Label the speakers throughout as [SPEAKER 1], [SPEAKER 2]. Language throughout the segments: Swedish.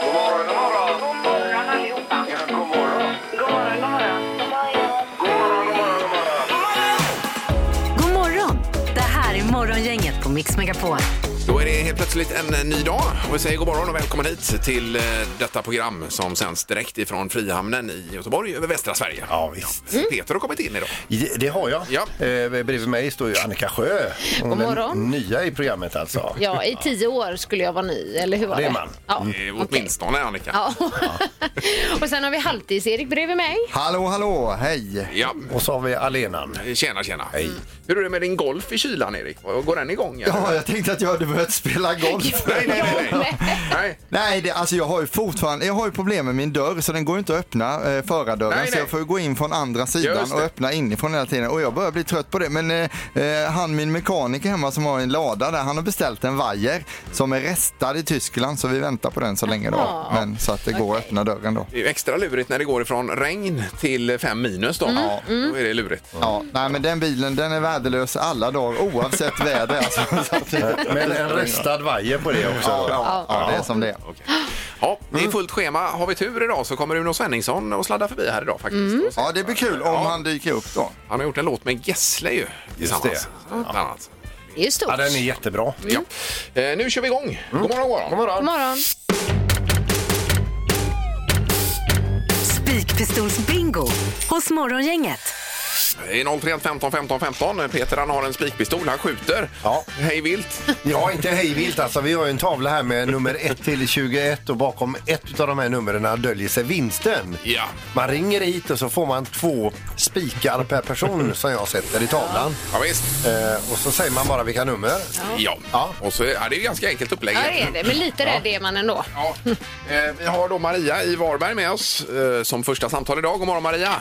[SPEAKER 1] God morgon, god morgon.
[SPEAKER 2] God morgon allihopa.
[SPEAKER 1] Ja, god morgon.
[SPEAKER 2] God morgon, god morgon.
[SPEAKER 1] God morgon, god morgon, god morgon.
[SPEAKER 3] God morgon! Det här är Morgongänget på Mix Megapol.
[SPEAKER 4] Då är det helt plötsligt en eh, ny dag och vi säger god morgon och välkommen hit till eh, detta program som sänds direkt ifrån Frihamnen i Göteborg över västra Sverige. Mm.
[SPEAKER 5] Ja, visst.
[SPEAKER 4] Peter har kommit in idag.
[SPEAKER 5] Ja, Det har jag.
[SPEAKER 4] Ja.
[SPEAKER 5] Eh, bredvid mig står ju Annika Sjö. Hon
[SPEAKER 6] God
[SPEAKER 5] är
[SPEAKER 6] morgon.
[SPEAKER 5] nya i programmet alltså.
[SPEAKER 6] Ja, i tio år skulle jag vara ny, eller hur var
[SPEAKER 5] det
[SPEAKER 6] det?
[SPEAKER 5] är man.
[SPEAKER 6] Ja,
[SPEAKER 7] Mm.
[SPEAKER 4] Eh,
[SPEAKER 6] okej.
[SPEAKER 4] Åtminstone Annika.
[SPEAKER 6] Ja. och sen har vi Halvtids-Erik bredvid mig.
[SPEAKER 7] Hallå, hallå, hej!
[SPEAKER 4] Ja. Eh,
[SPEAKER 5] Och så har vi Alenan.
[SPEAKER 4] Tjena, tjena. Hur är det med din golf i kylan, Erik? Går den igång? eller?
[SPEAKER 7] Ja, jag tänkte att jag hade börjat spela golf.
[SPEAKER 4] Nej, nej, nej. nej. nej.
[SPEAKER 7] Nej, det, alltså jag har ju fortfarande, jag har ju problem med min dörr så den går ju inte att öppna, eh, förardörren,
[SPEAKER 4] Nej,
[SPEAKER 7] så
[SPEAKER 4] nej.
[SPEAKER 7] jag får ju gå in från andra
[SPEAKER 4] Just
[SPEAKER 7] sidan
[SPEAKER 4] det.
[SPEAKER 7] och öppna inifrån hela tiden och jag börjar bli trött på det. Men eh, eh, han min mekaniker hemma som har en lada där, han har beställt en vajer som är restad i Tyskland så vi väntar på den så länge då.
[SPEAKER 6] Jaha.
[SPEAKER 7] Men, så att det går att öppna dörren då.
[SPEAKER 4] Det är ju extra lurigt när det går ifrån regn till fem minus. Då,
[SPEAKER 6] Mm,
[SPEAKER 4] ja. då är det lurigt.
[SPEAKER 7] Ja, nej men den bilen den är värdelös alla dagar oavsett väder. Alltså, så att,
[SPEAKER 5] Men en restad vajer på det också.
[SPEAKER 7] ja,
[SPEAKER 5] då.
[SPEAKER 7] ja, ja, det är som det är.
[SPEAKER 4] Ja, det
[SPEAKER 6] Mm.
[SPEAKER 4] är fullt schema. Har vi tur idag så kommer Uno Svenningsson och sladdar förbi här idag faktiskt.
[SPEAKER 6] Mm.
[SPEAKER 4] Och se-
[SPEAKER 7] Ja, det blir kul om han dyker upp då.
[SPEAKER 4] Han har gjort en låt med Gessle ju. Tillsammans. Bland annat.
[SPEAKER 6] Det är ju stort.
[SPEAKER 5] Ja, den är jättebra. Mm.
[SPEAKER 6] Mm.
[SPEAKER 4] Ja. Eh, nu kör vi igång. God morgon, god morgon.
[SPEAKER 6] God morgon.
[SPEAKER 3] Spikpistolsbingo hos Morgongänget.
[SPEAKER 4] Det är 031 15 15 15. Peter han har en spikpistol. Han skjuter.
[SPEAKER 5] Ja.
[SPEAKER 4] Hej vilt.
[SPEAKER 5] Ja, inte hejvilt alltså. Vi har ju en tavla här med nummer 1 till 21 och bakom ett av de här numren döljer sig vinsten.
[SPEAKER 4] Ja.
[SPEAKER 5] Man ringer hit och så får man två spikar per person som jag sätter i tavlan.
[SPEAKER 4] Ja, visst.
[SPEAKER 5] Eh, och så säger man bara vilka nummer.
[SPEAKER 4] Ja.
[SPEAKER 5] Ja.
[SPEAKER 4] Och så, är- ja, det är ju ganska enkelt upplägg.
[SPEAKER 6] Ja, det är det. Men lite rädd är man ändå.
[SPEAKER 4] Ja. Eh, vi har då Maria i Varberg med oss eh, som första samtal idag. God morgon Maria!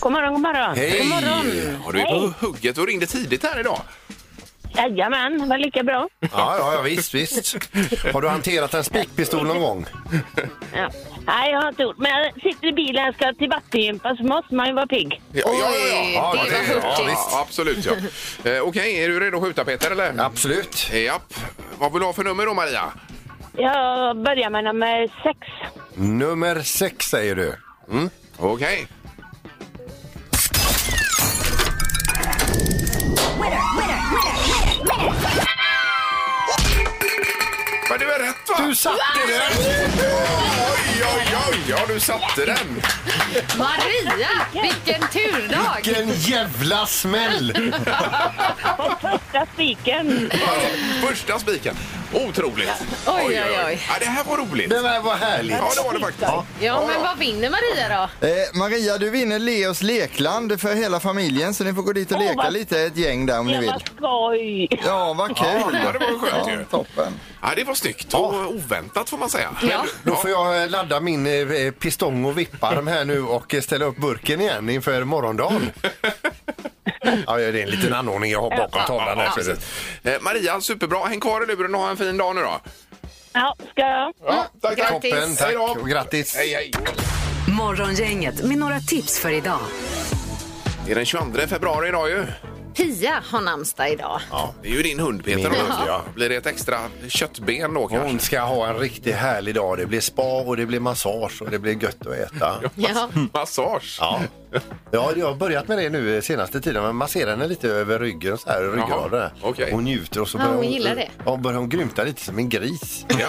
[SPEAKER 2] God morgon, god morgon.
[SPEAKER 4] Hej! God morgon. Ja, du är på hugget och ringde tidigt här idag.
[SPEAKER 2] Jajamän, det var lika bra.
[SPEAKER 5] Ja, ja, ja visst, visst. Har du hanterat en spikpistol någon gång?
[SPEAKER 2] Ja. Nej, jag har inte gjort. Men jag sitter i bilen och ska till vattengympa så måste man ju vara pigg.
[SPEAKER 4] Ja,
[SPEAKER 6] Oj,
[SPEAKER 4] ja, ja, ja.
[SPEAKER 6] det var
[SPEAKER 4] ja,
[SPEAKER 6] hurtigt.
[SPEAKER 4] visst. absolut ja. eh, Okej, är du redo att skjuta Peter eller?
[SPEAKER 5] Absolut.
[SPEAKER 4] Eh, Japp. Vad vill du ha för nummer då Maria?
[SPEAKER 2] Jag börjar med nummer sex.
[SPEAKER 5] Nummer sex säger du.
[SPEAKER 4] Okej. Men det var rätt va? Du satte den! Oj, oj, oj! Ja, du satte den!
[SPEAKER 6] Maria, vilken turdag!
[SPEAKER 5] Vilken jävla smäll!
[SPEAKER 2] På första spiken.
[SPEAKER 4] Alltså, första spiken. Otroligt!
[SPEAKER 6] Oj, oj, oj.
[SPEAKER 4] Ja, det här var roligt.
[SPEAKER 5] Det där var härligt.
[SPEAKER 4] Ja, det var det faktiskt.
[SPEAKER 6] Ja, men vad vinner Maria då?
[SPEAKER 7] Eh, Maria, du vinner Leos lekland för hela familjen så ni får gå dit och
[SPEAKER 2] Åh,
[SPEAKER 7] leka
[SPEAKER 2] vad-
[SPEAKER 7] lite ett gäng där om ni
[SPEAKER 2] Det var
[SPEAKER 7] vill.
[SPEAKER 2] skoj.
[SPEAKER 7] Ja, vad kul!
[SPEAKER 4] Ja, det var skönt ju.
[SPEAKER 7] Ja, toppen.
[SPEAKER 4] Ja, det var snyggt och oväntat får man säga.
[SPEAKER 6] Ja.
[SPEAKER 5] Då får jag eh, ladda min eh, pistong och vipparm här nu och eh, ställa upp burken igen inför morgondagen. Ja, det är en liten anordning jag har bakom tavlan här.
[SPEAKER 4] Ja,
[SPEAKER 5] så det-
[SPEAKER 4] precis. Eh, Maria, superbra. Häng kvar i luren och ha en fin dag nu då.
[SPEAKER 2] Ja, ska jag?
[SPEAKER 4] Ja, tack, tack.
[SPEAKER 6] Grattis.
[SPEAKER 5] Toppen,
[SPEAKER 4] Hej
[SPEAKER 5] tack
[SPEAKER 4] då.
[SPEAKER 5] och grattis.
[SPEAKER 4] Hej, hej.
[SPEAKER 3] Morgongänget med några tips för idag.
[SPEAKER 4] Det är den 22 februari idag ju.
[SPEAKER 6] Pia har namnsdag idag.
[SPEAKER 4] Det är ju din hund Peter.
[SPEAKER 5] Min hund,
[SPEAKER 4] också.
[SPEAKER 5] ja.
[SPEAKER 4] Blir det ett extra köttben då kanske?
[SPEAKER 5] Hon ska ha en riktigt härlig dag. Det blir spa och det blir massage och det blir gött att äta.
[SPEAKER 6] Ja.
[SPEAKER 4] Massage.
[SPEAKER 5] Ja. ja, jag har börjat med det nu senaste tiden. Man masserar henne lite över ryggen så här, ryggraden.
[SPEAKER 4] okej.
[SPEAKER 5] Hon njuter och så
[SPEAKER 6] Ja,
[SPEAKER 5] börjar
[SPEAKER 6] hon gillar det.
[SPEAKER 5] Ja, börjar hon grymta lite som en gris.
[SPEAKER 4] Ja.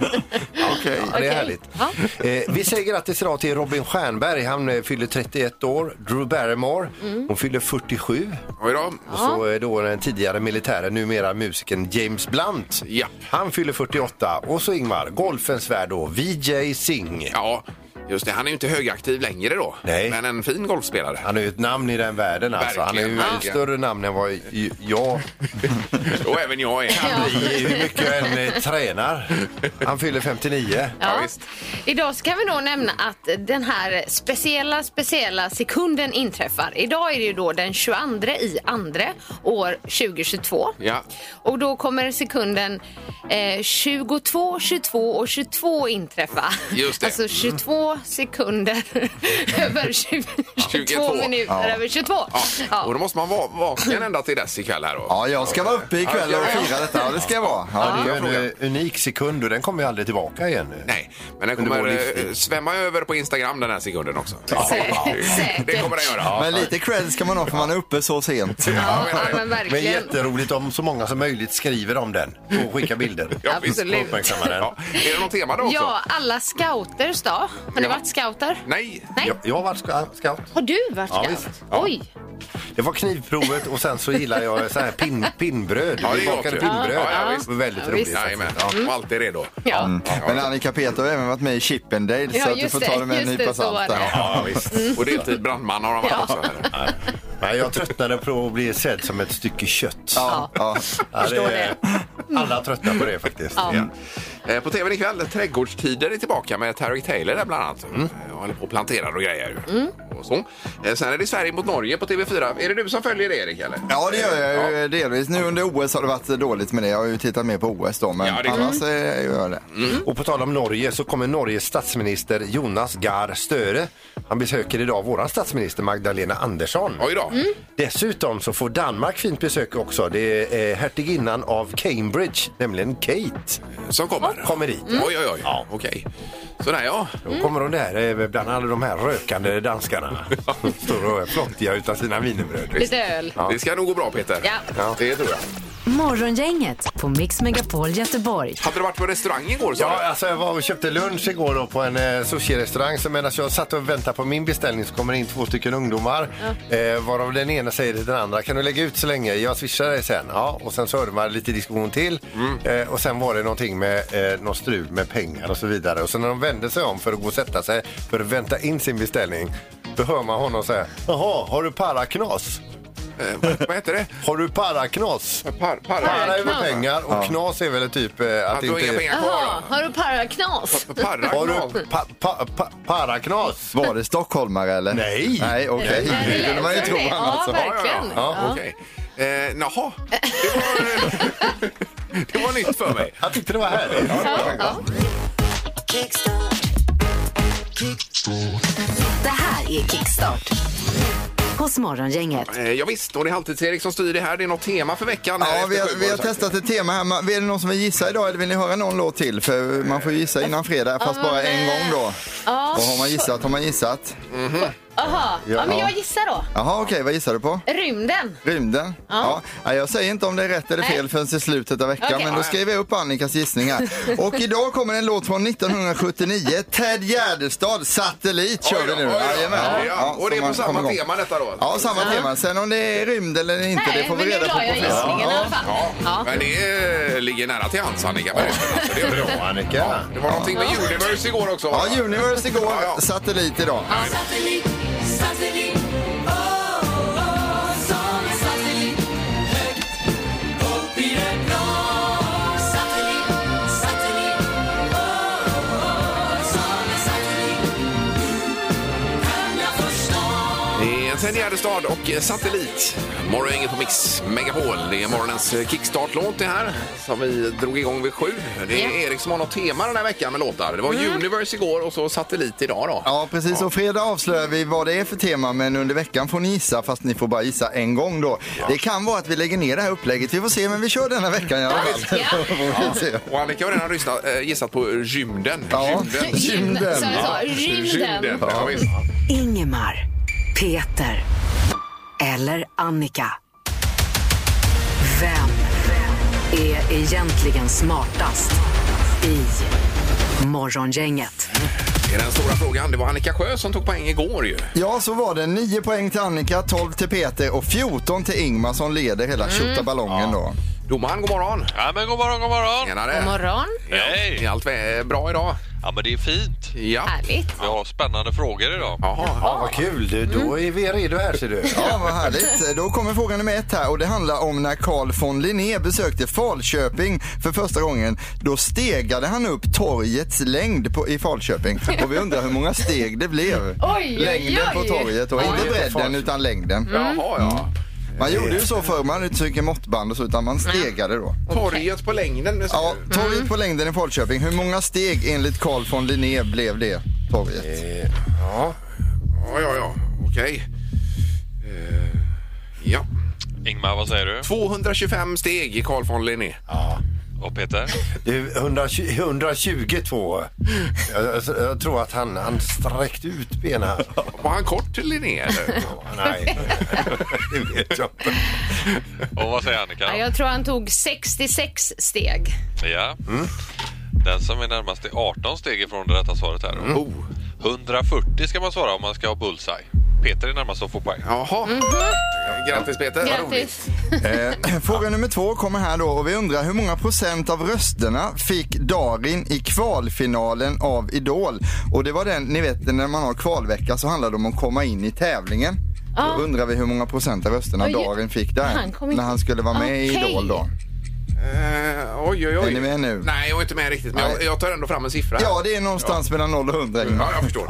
[SPEAKER 5] Okej. Ja, det
[SPEAKER 6] Okej.
[SPEAKER 5] är härligt.
[SPEAKER 6] Ja.
[SPEAKER 5] Eh, vi säger grattis idag till Robin Stjernberg. Han eh, fyller 31 år. Drew Barrymore,
[SPEAKER 6] Mm.
[SPEAKER 5] hon fyller 47.
[SPEAKER 4] Oj då.
[SPEAKER 5] Och så är då den tidigare militären, numera musikern James Blunt.
[SPEAKER 4] Ja.
[SPEAKER 5] Han fyller 48. Och så Ingmar, golfens värld då, Vijay Singh.
[SPEAKER 4] Ja, just det. Han är ju inte högaktiv längre då.
[SPEAKER 5] Nej.
[SPEAKER 4] Men en fin golfspelare.
[SPEAKER 5] Han är ju ett namn i den världen alltså. Han är ju
[SPEAKER 4] Verkligen,
[SPEAKER 5] ett
[SPEAKER 4] verkligen.
[SPEAKER 5] större namn än vad ju- jag
[SPEAKER 4] Och även jag är. Ja.
[SPEAKER 5] blir hur mycket jag än eh, tränar. Han fyller 59.
[SPEAKER 4] Ja,
[SPEAKER 6] Ja.
[SPEAKER 4] visst.
[SPEAKER 6] Idag ska vi då nämna att den här speciella, speciella sekunden inträffar. Idag är det ju då den 22 i andra år 2022.
[SPEAKER 4] Ja.
[SPEAKER 6] Och då kommer sekunden eh, 22, 22 och 22 inträffa.
[SPEAKER 4] Just det.
[SPEAKER 6] Alltså 22 22 sekunder över 20, 22
[SPEAKER 4] 22.
[SPEAKER 6] minuter
[SPEAKER 7] Ja.
[SPEAKER 6] över 22. Ja.
[SPEAKER 4] Och då måste man vara vaken ända till dess ikväll här då.
[SPEAKER 7] Ja, jag ska vara uppe ikväll och
[SPEAKER 4] Ja, ja, ja.
[SPEAKER 7] fira detta. Ja, det ska jag vara. Ja,
[SPEAKER 5] Det
[SPEAKER 7] det-
[SPEAKER 5] är en eh, unik sekund och den kommer ju aldrig tillbaka igen.
[SPEAKER 4] Nej, men den
[SPEAKER 5] Under
[SPEAKER 4] kommer
[SPEAKER 5] vår
[SPEAKER 4] eh,
[SPEAKER 5] livstid.
[SPEAKER 4] svämma över på Instagram den här sekunden också.
[SPEAKER 6] Säkert.
[SPEAKER 4] Det kommer den göra.
[SPEAKER 7] Men lite cred ska man ha för man är uppe så sent.
[SPEAKER 6] Ja,
[SPEAKER 4] jag menar det.
[SPEAKER 6] men
[SPEAKER 5] Men
[SPEAKER 6] verkligen.
[SPEAKER 5] jätteroligt om så många som möjligt skriver om den och skickar bilder.
[SPEAKER 4] Ja, visst.
[SPEAKER 6] Absolut.
[SPEAKER 5] Uppmärksamma den.
[SPEAKER 4] Ja. Är det något tema då också?
[SPEAKER 6] Ja, alla scouters då. Har ni
[SPEAKER 4] Ja.
[SPEAKER 6] varit scouter?
[SPEAKER 4] Nej.
[SPEAKER 6] Nej.
[SPEAKER 5] Jag, jag har varit ska- scout.
[SPEAKER 6] Har du varit
[SPEAKER 5] Ja,
[SPEAKER 6] scout?
[SPEAKER 5] visst.
[SPEAKER 6] Oj!
[SPEAKER 5] Det var knivprovet och sen så gillar jag så här pin, pinnbröd.
[SPEAKER 4] Ja, det
[SPEAKER 5] Vi
[SPEAKER 4] gott
[SPEAKER 5] bakade
[SPEAKER 4] ju.
[SPEAKER 5] pinnbröd.
[SPEAKER 4] Ja, ja, visst.
[SPEAKER 5] det var väldigt
[SPEAKER 6] Ja,
[SPEAKER 5] roligt.
[SPEAKER 6] visst.
[SPEAKER 4] Jajamän. Och alltid redo.
[SPEAKER 6] Ja.
[SPEAKER 7] Men Annika Peter har även varit med i Chippendale
[SPEAKER 6] Ja,
[SPEAKER 7] så att du
[SPEAKER 6] just
[SPEAKER 7] får
[SPEAKER 6] det,
[SPEAKER 7] ta det med en
[SPEAKER 6] just
[SPEAKER 7] nypa
[SPEAKER 6] det, så var
[SPEAKER 7] salt.
[SPEAKER 6] det.
[SPEAKER 7] där.
[SPEAKER 4] Ja, visst. Och deltid brandman har de varit
[SPEAKER 6] Ja.
[SPEAKER 4] också. Här.
[SPEAKER 5] Nej, jag tröttnade på att bli sedd som ett stycke kött.
[SPEAKER 7] Ja, ja.
[SPEAKER 5] Ja, det, alla tröttnar på det faktiskt.
[SPEAKER 4] Ja. Eh, På tvn ikväll, Trädgårdstider är tillbaka med Terry Taylor där bland annat. Eh, Och håller på och planterar och grejer. Och så. Eh, Sen är det Sverige mot Norge på TV4. Är det du som följer det Erik? Eller?
[SPEAKER 7] Ja, det gör jag ju
[SPEAKER 4] Ja.
[SPEAKER 7] delvis. Nu under OS har det varit dåligt med det. Jag har ju tittat mer på OS då, men
[SPEAKER 4] Ja, det är klart. Mm.
[SPEAKER 7] annars eh, gör jag det.
[SPEAKER 5] Och på tal om Norge så kommer Norges statsminister Jonas Gahr Støre. Han besöker idag våran statsminister Magdalena Andersson.
[SPEAKER 4] Oj då.
[SPEAKER 5] Mm. Dessutom så får Danmark fint besök också. Det är eh, hertiginnan av Cambridge, nämligen Kate,
[SPEAKER 4] Som kommer. Mm.
[SPEAKER 5] kommer hit.
[SPEAKER 4] Oj, oj, oj. Ja. Okej. Sådär ja.
[SPEAKER 5] Då kommer de där, eh, bland alla de här rökande danskarna. Som Står och är flottiga utan sina wienerbröd.
[SPEAKER 6] Lite öl.
[SPEAKER 4] Det ska nog gå bra Peter.
[SPEAKER 6] Ja.
[SPEAKER 5] Ja.
[SPEAKER 4] Det tror jag.
[SPEAKER 3] Morgongänget på Mix Megapol Göteborg.
[SPEAKER 4] Hade du varit på restaurang igår sa
[SPEAKER 5] Ja,
[SPEAKER 4] du?
[SPEAKER 5] alltså jag var och köpte lunch igår då på en eh, sushi-restaurang. Så medan jag satt och väntade på min beställning så kommer det in två stycken ungdomar. Eh, varav den ena säger till den andra, kan du lägga ut så länge? Jag swishar dig sen. Ja, och sen så hörde man lite diskussion till. Eh, och sen var det någonting med eh, någon strul med pengar och så vidare. Och sen när de vände sig om för att gå och sätta sig för att vänta in sin beställning. Då hör man honom säga, jaha, har du paraknas?
[SPEAKER 4] Eh, vad- vad heter det?
[SPEAKER 5] Har du paraknas?
[SPEAKER 4] Par, par,
[SPEAKER 5] Para är väl
[SPEAKER 6] Paraknas.
[SPEAKER 5] pengar och knas är väl typ eh, att
[SPEAKER 4] Att du har
[SPEAKER 5] inte...
[SPEAKER 4] inga pengar
[SPEAKER 6] Jaha,
[SPEAKER 4] kvar
[SPEAKER 6] har du paraknas?
[SPEAKER 4] då? Parra.
[SPEAKER 5] Har du pa, pa, pa, paraknas?
[SPEAKER 7] Var det stockholmare eller?
[SPEAKER 5] Nej.
[SPEAKER 7] Nej, okej.
[SPEAKER 5] Nej,
[SPEAKER 6] det
[SPEAKER 7] Det kunde man ju alltså.
[SPEAKER 6] lät som
[SPEAKER 7] tro
[SPEAKER 6] det.
[SPEAKER 7] annars.
[SPEAKER 6] Ja, verkligen.
[SPEAKER 4] Ja, ja, ja. Okej. Eh, Jaha. Det var, det var nytt för mig.
[SPEAKER 5] Jag tyckte det var härligt.
[SPEAKER 6] Ja, ja.
[SPEAKER 3] Det här är Kickstart hos Morgongänget.
[SPEAKER 4] Eh, Ja, visst, och det är Halvtids-Erik som styr det här. Det är något tema för veckan. här
[SPEAKER 7] Ja,
[SPEAKER 4] efter
[SPEAKER 7] vi har,
[SPEAKER 4] sju,
[SPEAKER 7] vi
[SPEAKER 4] har
[SPEAKER 7] har
[SPEAKER 4] du sagt.
[SPEAKER 7] testat ett tema här. Man- Är det någon som vill gissa idag eller vill ni höra någon låt till? För man får ju gissa innan fredag, fast bara en gång då.
[SPEAKER 6] Ja.
[SPEAKER 7] Och har man gissat har man gissat.
[SPEAKER 6] Aha. ja, men jag gissar då.
[SPEAKER 7] Jaha, okej, vad gissar du på?
[SPEAKER 6] Rymden.
[SPEAKER 7] Rymden? Ja. Nej, jag säger inte om det är rätt eller fel
[SPEAKER 6] Nej.
[SPEAKER 7] förrän i slutet av veckan,
[SPEAKER 6] Okej.
[SPEAKER 7] men då skriver jag upp Annikas gissningar. Och idag kommer en låt från 1979. Ted Gärdestad, Satellit, kör vi
[SPEAKER 4] Oj då,
[SPEAKER 7] nu.
[SPEAKER 4] oj då.
[SPEAKER 7] Jajamän.
[SPEAKER 4] Ja, och
[SPEAKER 7] så
[SPEAKER 4] det är på
[SPEAKER 7] man
[SPEAKER 4] samma
[SPEAKER 7] kommer igång.
[SPEAKER 4] tema detta då?
[SPEAKER 7] Ja, samma tema. Sen om det är rymd eller inte,
[SPEAKER 6] Nej,
[SPEAKER 7] det får vi
[SPEAKER 6] men nu
[SPEAKER 7] reda på
[SPEAKER 6] la
[SPEAKER 7] på
[SPEAKER 6] jag
[SPEAKER 7] fredag.
[SPEAKER 6] gissningen i alla fall.
[SPEAKER 4] Ja,
[SPEAKER 6] Ja.
[SPEAKER 4] men det eh, ligger nära till hands, Annika. Men, alltså, det, är bra.
[SPEAKER 5] Annika.
[SPEAKER 4] det var någonting med Universe igår också. va?
[SPEAKER 7] Ja, Universe igår,
[SPEAKER 4] Ja, ja.
[SPEAKER 7] Satellit idag.
[SPEAKER 4] Det är Ted Gärdestad och eh, Satellit. Morgongänget på Mix Megapol. Det är morgonens eh, kickstart-låt det här som vi drog igång vid sju. Det är
[SPEAKER 6] Ja. Mm.
[SPEAKER 4] Erik som har något tema den här veckan med låtar. Det var Universe igår och så Satellit idag då.
[SPEAKER 7] Ja, precis. Och fredag avslöjar vi vad det är för tema, men under veckan får ni gissa, fast ni får bara gissa en gång då. Det kan vara att vi lägger ner det här upplägget. Vi får se, men vi kör denna veckan i alla
[SPEAKER 6] Ja.
[SPEAKER 7] fall. Får vi se.
[SPEAKER 4] Och Annika har redan lyssnat, eh, gissat på rymden.
[SPEAKER 7] Ja. Rymden.
[SPEAKER 6] Som jag sa,
[SPEAKER 4] Rymden.
[SPEAKER 6] rymden.
[SPEAKER 4] Ja, visst.
[SPEAKER 3] Ingemar, Peter eller Annika. Vem är egentligen smartast i Morgongänget?
[SPEAKER 4] Det är den stora frågan. Det var Annika Sjö som tog poäng igår ju.
[SPEAKER 7] Ja, så var det. 9 poäng till Annika, 12 till Peter och 14 till Ingmar som leder
[SPEAKER 6] Mm.
[SPEAKER 7] hela tjottaballongen då.
[SPEAKER 4] Domaren, god morgon.
[SPEAKER 8] Ja, men god morgon, god morgon!
[SPEAKER 4] Tjenare.
[SPEAKER 6] God morgon.
[SPEAKER 8] Hej!
[SPEAKER 4] Är allt vä- bra idag?
[SPEAKER 8] Ja, men det är fint.
[SPEAKER 4] Ja.
[SPEAKER 6] Härligt.
[SPEAKER 8] Vi har spännande frågor idag.
[SPEAKER 4] Jaha.
[SPEAKER 5] Ja, vad kul. Du, Då är vi redo här ser du.
[SPEAKER 7] Ja, vad härligt. Då kommer fråga nummer ett här och det handlar om när Carl von Linné besökte Falköping för första gången. Då stegade han upp torgets längd på, i Falköping och vi undrar hur många steg det blev.
[SPEAKER 6] oj,
[SPEAKER 7] längden på
[SPEAKER 6] oj.
[SPEAKER 7] torget och inte bredden utan längden.
[SPEAKER 6] Mm.
[SPEAKER 4] Jaha, ja.
[SPEAKER 7] Man gjorde ju så förr, man hade inte så mycket måttband och så utan
[SPEAKER 6] Mm.
[SPEAKER 7] man stegade då.
[SPEAKER 4] Torget på längden. men så-
[SPEAKER 7] Ja, torget på längden i Falköping. Hur många steg enligt Carl von Linné blev det? torget.
[SPEAKER 5] Eh, Ja.
[SPEAKER 4] Ja, ja, ja. Okej. Eh, ja.
[SPEAKER 8] Ingmar, vad säger du?
[SPEAKER 4] 225 steg i Carl von Linné.
[SPEAKER 8] Och Peter?
[SPEAKER 5] Du, 120, 122. Jag, jag, jag tror att han, han sträckte ut benen. här.
[SPEAKER 4] Var han kort till Linné eller?
[SPEAKER 5] Nej, det vet jag inte.
[SPEAKER 8] Och vad säger Annika?
[SPEAKER 6] Ja, jag tror han tog 66 steg.
[SPEAKER 8] Ja. Den som är närmast är 18 steg ifrån det rätta svaret här.
[SPEAKER 4] Oh.
[SPEAKER 8] 140 ska man svara om man ska ha bullseye. Peter är närmast att få poäng.
[SPEAKER 4] Jaha. Grattis Peter. Vad roligt.
[SPEAKER 6] Grattis!
[SPEAKER 7] Eh, fråga nummer två kommer här då och vi undrar hur många procent av rösterna fick Darin i kvalfinalen av Idol? Och det var den, ni vet när man har kvalvecka så handlar det om att komma in i tävlingen.
[SPEAKER 6] Ja.
[SPEAKER 7] Då undrar vi hur många procent av rösterna
[SPEAKER 6] Oj,
[SPEAKER 7] Darin fick där
[SPEAKER 6] han kom inte-
[SPEAKER 7] när han skulle vara med i
[SPEAKER 6] Okej.
[SPEAKER 7] Idol då.
[SPEAKER 4] Eh, oj, oj, oj.
[SPEAKER 7] Är ni med nu?
[SPEAKER 4] Nej, jag är inte med riktigt. Men jag,
[SPEAKER 7] Nej.
[SPEAKER 4] jag tar ändå fram en siffra.
[SPEAKER 7] Ja, det är någonstans mellan 0 och 100 Ingmar.
[SPEAKER 4] ja jag förstår.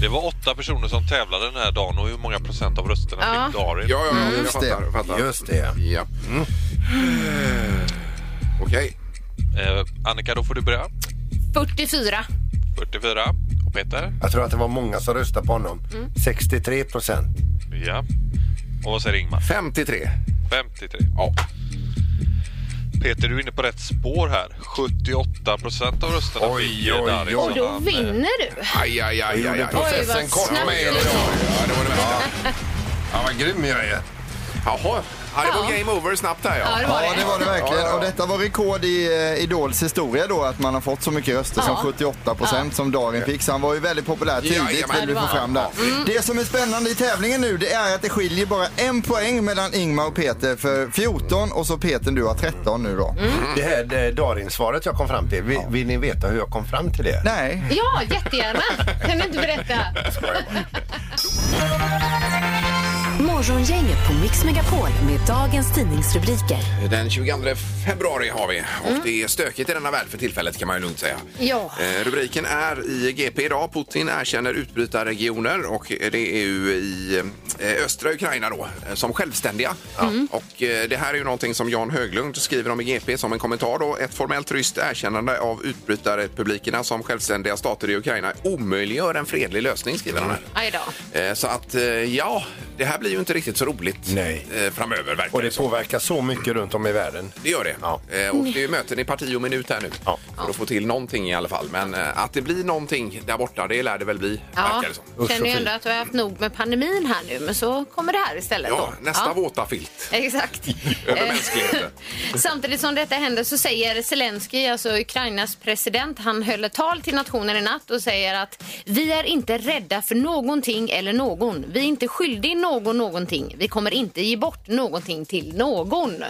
[SPEAKER 8] Det var åtta personer som tävlade den här dagen och hur många procent av rösterna
[SPEAKER 6] Ja.
[SPEAKER 8] fick Darin?
[SPEAKER 4] Ja, ja, ja jag
[SPEAKER 7] Just
[SPEAKER 4] fattar.
[SPEAKER 7] det.
[SPEAKER 4] Jag fattar.
[SPEAKER 5] Mm, Just det.
[SPEAKER 4] Ja. Eh, Okej.
[SPEAKER 8] Eh, Annika, då får du börja.
[SPEAKER 6] 44.
[SPEAKER 8] 44. Och Peter?
[SPEAKER 5] Jag tror att det var många som röstade på honom.
[SPEAKER 4] Mm.
[SPEAKER 5] 63 procent.
[SPEAKER 8] Ja. Och vad säger Ingmar?
[SPEAKER 4] 53.
[SPEAKER 8] 53.
[SPEAKER 4] Ja.
[SPEAKER 8] Peter, du är inne på rätt spår här. 78 procent av rösterna
[SPEAKER 5] Oj,
[SPEAKER 8] fick eh,
[SPEAKER 5] oj,
[SPEAKER 8] Darin.
[SPEAKER 5] oj.
[SPEAKER 8] Så
[SPEAKER 6] Och då
[SPEAKER 8] han, eh,
[SPEAKER 6] vinner du.
[SPEAKER 4] Aj, aj, aj, aj, aj.
[SPEAKER 6] Oj, vad
[SPEAKER 5] Processen kort
[SPEAKER 6] snabbt.
[SPEAKER 5] med
[SPEAKER 4] Ja,
[SPEAKER 5] er.
[SPEAKER 4] ja, ja, det var det värsta.
[SPEAKER 5] Ja, vad grym jag är.
[SPEAKER 4] Jaha. Ja, det var
[SPEAKER 6] Ja.
[SPEAKER 4] game over snabbt här
[SPEAKER 6] Ja, det
[SPEAKER 4] ja.
[SPEAKER 6] var
[SPEAKER 7] Ja,
[SPEAKER 6] det.
[SPEAKER 7] det var det verkligen.
[SPEAKER 4] Ja, ja.
[SPEAKER 7] Och detta var rekord i eh, Idols historia då, att man har fått så mycket röster som
[SPEAKER 6] Ja.
[SPEAKER 7] 78 procent som Darin fick. Så han var ju väldigt populär tidigt,
[SPEAKER 4] Jajamän.
[SPEAKER 7] vill vi få fram där.
[SPEAKER 6] Mm.
[SPEAKER 7] Det som är spännande i tävlingen nu, det är att det skiljer bara en poäng mellan Ingmar och Peter för 14 och så Peter, du har 13 nu då.
[SPEAKER 6] Mm.
[SPEAKER 5] Det här det Darin-svaret jag kom fram till, vill, vill ni veta hur jag kom fram till det?
[SPEAKER 7] Nej.
[SPEAKER 6] Ja, jättegärna. Kan du inte berätta?
[SPEAKER 3] Morgongänget på Mix Megapol med dagens tidningsrubriker.
[SPEAKER 4] Den 22 februari har vi och det är stökigt i denna värld för tillfället kan man ju lugnt säga.
[SPEAKER 6] Ja.
[SPEAKER 4] Eh, Rubriken är i GP idag. Putin erkänner utbrytarregioner och det är ju i eh, östra Ukraina då eh, som självständiga. Och eh, det här är ju någonting som Jan Höglund skriver om i GP som en kommentar då. Ett formellt ryskt erkännande av utbrytarrepublikerna som självständiga stater i Ukraina omöjliggör en fredlig lösning skriver han här.
[SPEAKER 6] Aj då.
[SPEAKER 4] Eh, Så att eh, ja, det här blir ju inte riktigt så roligt
[SPEAKER 5] Nej.
[SPEAKER 4] eh, framöver verkar
[SPEAKER 5] Och
[SPEAKER 4] det
[SPEAKER 5] det
[SPEAKER 4] som.
[SPEAKER 5] påverkar så mycket runt om i världen.
[SPEAKER 4] Det gör det.
[SPEAKER 5] Ja.
[SPEAKER 4] Eh, Och det är ju möten i parti och minut här nu.
[SPEAKER 5] Ja.
[SPEAKER 4] För att få till någonting i alla fall. Men eh, att det blir någonting där borta, det lär det väl bli.
[SPEAKER 6] Ja,
[SPEAKER 4] Verkar det som.
[SPEAKER 5] Usch,
[SPEAKER 6] känner ju
[SPEAKER 5] så
[SPEAKER 6] ändå
[SPEAKER 5] fint.
[SPEAKER 6] att vi har haft nog med pandemin här nu, men så kommer det här istället
[SPEAKER 4] Ja,
[SPEAKER 6] då.
[SPEAKER 4] nästa
[SPEAKER 6] Ja.
[SPEAKER 4] våta filt
[SPEAKER 6] Exakt.
[SPEAKER 4] över
[SPEAKER 6] Eh,
[SPEAKER 4] mänskligheten.
[SPEAKER 6] Samtidigt som detta händer så säger Zelensky, alltså Ukrainas president, han höll ett tal till nationen i natt och säger att vi är inte rädda för någonting eller någon. Vi är inte skyldiga någon någonting. Vi kommer inte ge bort någonting till någon.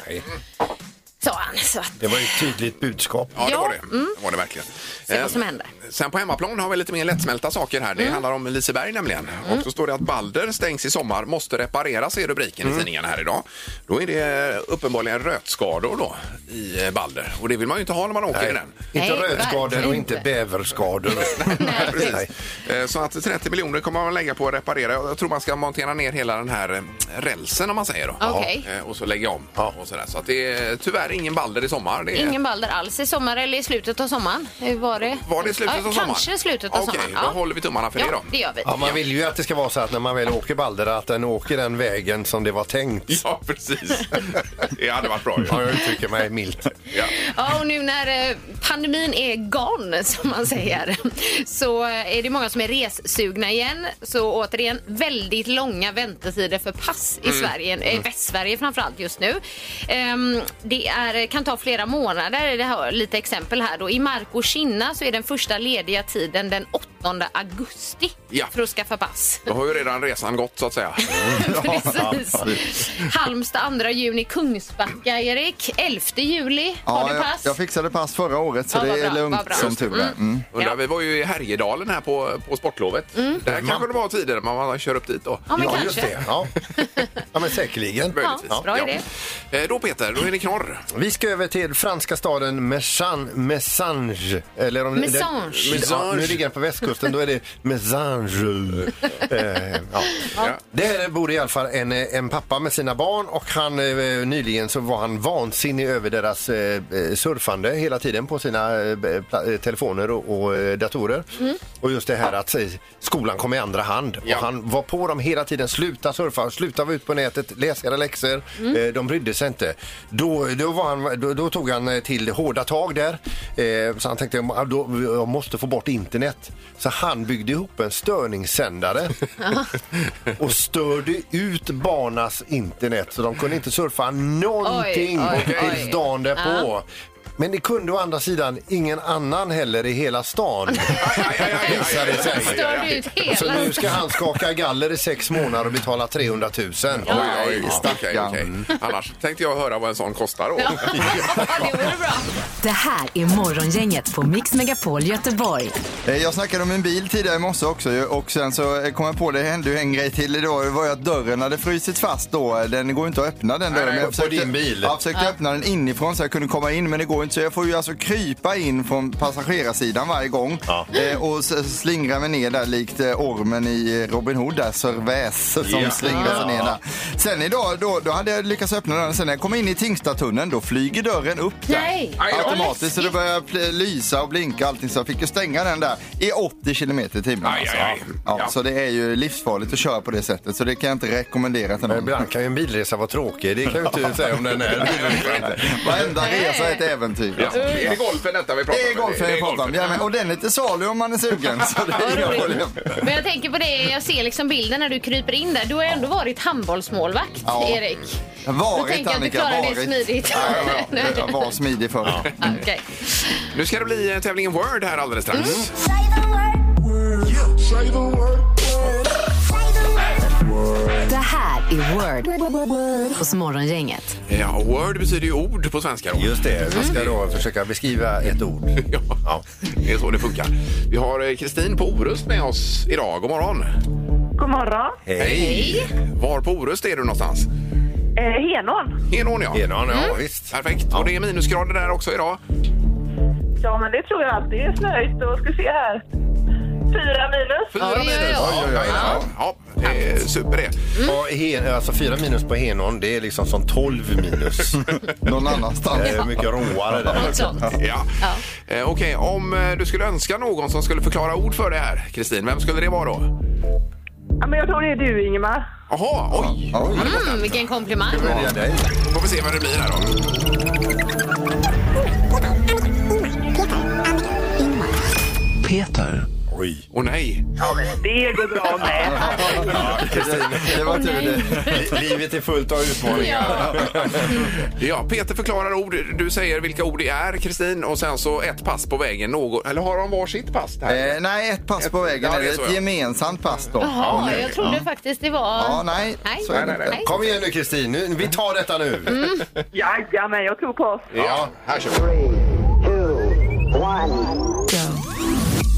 [SPEAKER 6] Sa han. Så att,
[SPEAKER 5] Det var ju ett tydligt budskap.
[SPEAKER 4] Ja, det
[SPEAKER 6] Ja, Mm.
[SPEAKER 4] var det. det, var det verkligen.
[SPEAKER 6] se
[SPEAKER 4] Eh,
[SPEAKER 6] vad som händer. Mm.
[SPEAKER 4] Sen på hemmaplan har vi lite mer lättsmälta saker här. Det handlar om Liseberg nämligen. Och så står det att Balder stängs i sommar, måste repareras i rubriken
[SPEAKER 5] Mm.
[SPEAKER 4] i tidningarna här idag. Då är det uppenbarligen rötskador då i eh, Balder. Och det vill man ju inte ha när man åker i den.
[SPEAKER 5] Inte
[SPEAKER 6] Nej,
[SPEAKER 5] rötskador
[SPEAKER 6] verkligen
[SPEAKER 5] och inte
[SPEAKER 6] inte.
[SPEAKER 5] bäverskador.
[SPEAKER 4] Nej, precis.
[SPEAKER 5] Nej.
[SPEAKER 4] Eh, Så att 30 miljoner kommer man lägga på att reparera. Jag tror man ska montera ner hela den här eh, rälsen om man säger då.
[SPEAKER 6] Okej.
[SPEAKER 4] Ja. Eh, Och så lägga om.
[SPEAKER 5] Ja.
[SPEAKER 4] Och sådär. Så att det är tyvärr ingen Balder i sommar. Det är...
[SPEAKER 6] Ingen Balder alls i sommar eller i slutet av sommaren. Hur var det?
[SPEAKER 4] Var det i slutet
[SPEAKER 6] ja,
[SPEAKER 4] av sommaren?
[SPEAKER 6] Kanske slutet av
[SPEAKER 4] Okej,
[SPEAKER 6] sommaren.
[SPEAKER 4] då håller vi tummarna för det
[SPEAKER 6] ja,
[SPEAKER 4] då.
[SPEAKER 6] det gör vi.
[SPEAKER 5] Ja, man vill ju att det ska vara så att när man väl åker Balder att den åker den vägen som det var tänkt.
[SPEAKER 4] Ja, precis. det hade varit bra ju.
[SPEAKER 5] Ja, jag uttrycker mig milt.
[SPEAKER 4] Ja.
[SPEAKER 6] Ja, och nu när eh, pandemin är gone, som man säger, så eh, är det många som är ressugna igen. Så återigen, väldigt långa väntetider för pass i Sverige, eh, Västsverige framförallt just nu. Ehm, Det är, kan ta flera månader. Det har lite exempel här då. I Marko Kinna så är den första lediga tiden den 8 augusti
[SPEAKER 4] Ja.
[SPEAKER 6] för att skaffa pass.
[SPEAKER 4] Då har ju redan resan gått så att säga.
[SPEAKER 6] Precis. Halmstad 2 juni, Kungsbacka, Erik. 11 juli har du
[SPEAKER 7] jag,
[SPEAKER 6] pass.
[SPEAKER 7] jag fixade pass förra året så
[SPEAKER 6] Ja, vad
[SPEAKER 7] det är
[SPEAKER 6] bra, vad
[SPEAKER 7] lugnt
[SPEAKER 6] bra.
[SPEAKER 7] som tur är. Mm.
[SPEAKER 4] Undrar,
[SPEAKER 6] Ja.
[SPEAKER 4] Vi var ju i Härjedalen här på, på sportlovet. Där kanske det var tidigare, men man kör upp dit då.
[SPEAKER 6] Ja, men
[SPEAKER 5] Ja, just
[SPEAKER 6] kanske.
[SPEAKER 5] det. Ja, ja men säkerligen.
[SPEAKER 4] Möjligtvis.
[SPEAKER 6] Ja, bra idé.
[SPEAKER 4] Eh, Då Peter, då är det knorr.
[SPEAKER 5] Vi ska över till franska staden Messan, Messange. Eller om
[SPEAKER 6] Messange.
[SPEAKER 5] Det, ja, nu ligger den på västkusten då är det mesange. eh, ja.
[SPEAKER 4] Ja.
[SPEAKER 5] Det här bor i alla fall en, eh, en pappa med sina barn och han, eh, nyligen så var han vansinnig över deras eh, eh, surfande hela tiden på sina eh, pla- eh, telefoner och, och eh, datorer. Och just det här att eh, skolan kom i andra hand.
[SPEAKER 4] Ja.
[SPEAKER 5] Och han var på dem hela tiden. Sluta surfa, sluta vara ute på nätet, läs era läxor.
[SPEAKER 6] Mm.
[SPEAKER 5] Eh, de brydde sig inte. Då, då, var han, då, då tog han eh, till hårda tag där. Eh, så han tänkte jag, då, jag måste få bort internet. Så han byggde ihop en störningssändare och störde ut barnas internet så de kunde inte surfa någonting
[SPEAKER 6] Oj, oj,
[SPEAKER 5] tills
[SPEAKER 6] oj.
[SPEAKER 5] dagen därpå. Men det kunde å andra sidan ingen annan heller i hela stan. Visade sig.
[SPEAKER 6] Stör du ut
[SPEAKER 5] Så
[SPEAKER 6] hela...
[SPEAKER 5] nu ska han skaka galler i sex månader och betala 300 000.
[SPEAKER 4] Oj, oj, okej, okej. Annars tänkte jag höra vad en sån kostar då.
[SPEAKER 6] det vore bra.
[SPEAKER 3] Det här är Morgongänget på Mix Megapol Göteborg.
[SPEAKER 7] Eh, Jag snackade om en bil tidigare i morse också ju, och sen så eh, kom jag på det hände ju en grej till idag. Det var ju att dörren hade frusit fast då. Eh, Den går ju inte att öppna den dörren.
[SPEAKER 4] nej,
[SPEAKER 7] Men jag
[SPEAKER 5] på din bil.
[SPEAKER 7] Jag försökte öppna den inifrån så jag kunde komma in men det går ju inte. Så jag får ju alltså krypa in från passagerarsidan varje gång eh, och s- slingra mig ner där likt eh, ormen i Robin Hood där, Sir Väs som
[SPEAKER 5] Ja.
[SPEAKER 7] slingrar sig ner där. Sen idag då, då hade jag lyckats öppna den. Sen när jag kom in i Tingstadtunneln då flyger dörren upp där.
[SPEAKER 6] Nej.
[SPEAKER 4] Aj, vad
[SPEAKER 7] Automatiskt så det började pl- lysa och blinka och allting så jag fick ju stänga den där i 80 kilometer i timmen. alltså.
[SPEAKER 4] Aj, aj, aj.
[SPEAKER 7] Ja,
[SPEAKER 4] Ja.
[SPEAKER 7] Så det är ju livsfarligt att köra på det sättet så det kan jag inte rekommendera till
[SPEAKER 5] Men
[SPEAKER 7] någon.
[SPEAKER 5] Ibland kan ju en bilresa vara tråkig. Det kan jag ju inte säga om den är.
[SPEAKER 7] Varenda resa är ett äventyr.
[SPEAKER 4] Ja. Är det golfen detta vi pratar om?
[SPEAKER 7] Det är golfen jag pratar om. Jajamän, och den är till salu om man är sugen. Så det är inga problem.
[SPEAKER 6] Men jag tänker på det, jag ser liksom bilden när du kryper in där. Du har ju ändå varit handbollsmålvakt,
[SPEAKER 7] Ja.
[SPEAKER 6] Erik. Då
[SPEAKER 7] Varit
[SPEAKER 6] tänker jag att du
[SPEAKER 7] Annika,
[SPEAKER 6] klarar det
[SPEAKER 7] varit.
[SPEAKER 6] smidigt.
[SPEAKER 7] Ja, ja, ja. Jag var smidig förr.
[SPEAKER 6] Ah, Okej.
[SPEAKER 4] Nu ska det bli eh, tävlingen Word här alldeles strax.
[SPEAKER 9] Mm.
[SPEAKER 3] Det här är Word hos Morgongänget.
[SPEAKER 4] Ja, Word betyder ju ord på svenska då.
[SPEAKER 5] Just det, vi ska då försöka beskriva ett ord.
[SPEAKER 4] Ja. det är så det funkar. Vi har eh, Kristin på Orust med oss idag. God morgon!
[SPEAKER 2] God morgon.
[SPEAKER 4] Hej! Var på Orust är du någonstans?
[SPEAKER 2] Eh, Henån.
[SPEAKER 4] Henån ja.
[SPEAKER 5] Enan, ja
[SPEAKER 4] Mm.
[SPEAKER 5] visst.
[SPEAKER 4] Perfekt. Och det är minusgrader där också idag.
[SPEAKER 2] Ja, men det tror jag alltid är snöigt. Då ska vi se här. Fyra minus.
[SPEAKER 4] Fyra
[SPEAKER 6] Oj, oj,
[SPEAKER 4] minus.
[SPEAKER 6] oj.
[SPEAKER 4] Ja, ja, ja. ja. ja det är super det.
[SPEAKER 5] Och hen, alltså fyra minus på henon, det är liksom som 12 minus.
[SPEAKER 7] Någon annanstans.
[SPEAKER 5] Det är mycket råare där.
[SPEAKER 6] Något sånt.
[SPEAKER 4] Ja. Eh, Okej, om eh, du skulle önska någon som skulle förklara ord för det här, Kristin, vem skulle det vara då?
[SPEAKER 2] Ja, men jag tror det är du, Ingemar.
[SPEAKER 4] Jaha, oj!
[SPEAKER 7] Ja, oj.
[SPEAKER 6] Mm, vilken komplimang.
[SPEAKER 5] Ja, det är-
[SPEAKER 4] Får vi se vad det blir här då.
[SPEAKER 10] Peter.
[SPEAKER 5] Oj.
[SPEAKER 4] Åh nej!
[SPEAKER 2] Det går bra med.
[SPEAKER 7] Det var tur det.
[SPEAKER 5] Li- Livet är fullt av utmaningar.
[SPEAKER 4] Ja, Peter förklarar ord. Du säger vilka ord det är, Kristin, och sen så ett pass på vägen. Någon, eller har de varsitt pass? Där?
[SPEAKER 7] Eh, nej, ett pass på vägen.
[SPEAKER 4] Ja,
[SPEAKER 7] Ja,
[SPEAKER 4] det är så, ja.
[SPEAKER 7] ett gemensamt pass då.
[SPEAKER 6] Jaha, jag trodde faktiskt det var...
[SPEAKER 7] Ja, nej.
[SPEAKER 6] Nej.
[SPEAKER 7] Så är det
[SPEAKER 4] Nej, nej,
[SPEAKER 7] inte.
[SPEAKER 4] nej. Mm.
[SPEAKER 5] Kom igen nu Kristin, nu- vi tar detta nu.
[SPEAKER 2] Jajamän, jag tror på oss.
[SPEAKER 4] Ja, här kör vi.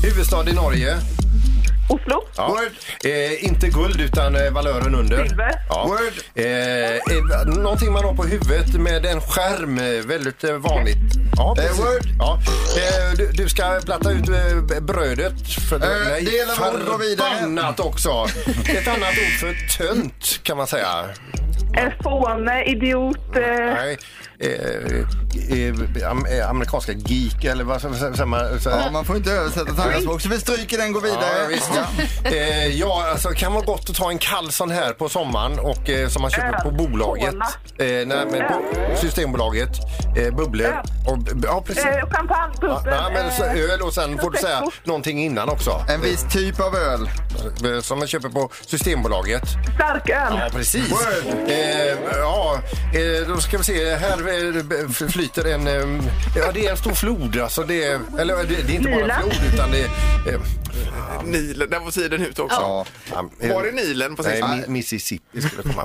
[SPEAKER 5] Huvudstad i Norge.
[SPEAKER 2] Oslo.
[SPEAKER 5] Word. Eh, inte guld utan eh, valören under.
[SPEAKER 2] Silver.
[SPEAKER 5] Ja. Word. Eh, eh, någonting man har på huvudet med en skärm. eh, Väldigt eh, vanligt. Ja, precis.
[SPEAKER 7] Eh, word.
[SPEAKER 5] Ja. Eh, du, du ska platta ut eh, b- brödet. För,
[SPEAKER 7] Eh, dela vår och gå vidare.
[SPEAKER 5] förbannat också. Ett annat ord för tönt kan man säga.
[SPEAKER 2] En Eh, fåne, idiot. Eh,
[SPEAKER 5] Nej. Eh, eh, am, eh, amerikanska geek eller vad som säger man? Så-
[SPEAKER 7] Ja, man får inte översätta tankarna. Så vi stryker den och går vidare.
[SPEAKER 5] Ja, visst. eh, ja, alltså kan vara gott att ta en kall sån här på sommaren och eh, som man köper
[SPEAKER 2] Öl.
[SPEAKER 5] på bolaget.
[SPEAKER 2] Cola.
[SPEAKER 5] Eh, nej, men på Systembolaget. Eh, bubblor. Och, b- ja, precis.
[SPEAKER 2] eh, Champagne,
[SPEAKER 5] Ja,
[SPEAKER 2] bubbel.
[SPEAKER 5] nej, men så
[SPEAKER 2] eh,
[SPEAKER 5] öl och sen får du säga
[SPEAKER 2] prosecco.
[SPEAKER 5] någonting innan också.
[SPEAKER 7] En viss typ av öl.
[SPEAKER 5] Eh, Som man köper på Systembolaget.
[SPEAKER 2] Stark öl.
[SPEAKER 5] Ja, precis. Eh, ja, eh, då ska vi se. Här eh, b- flyter en... Eh, ja, det är en stor flod. Alltså det, är- eller det, det är inte bara en
[SPEAKER 2] Nilen.
[SPEAKER 5] flod utan det är... Eh,
[SPEAKER 4] Nilen, där var tiden ute också.
[SPEAKER 7] Ja.
[SPEAKER 5] eh,
[SPEAKER 4] Var det Nilen på
[SPEAKER 5] Nej,
[SPEAKER 4] sista?
[SPEAKER 5] Mi- Mississippi skulle komma.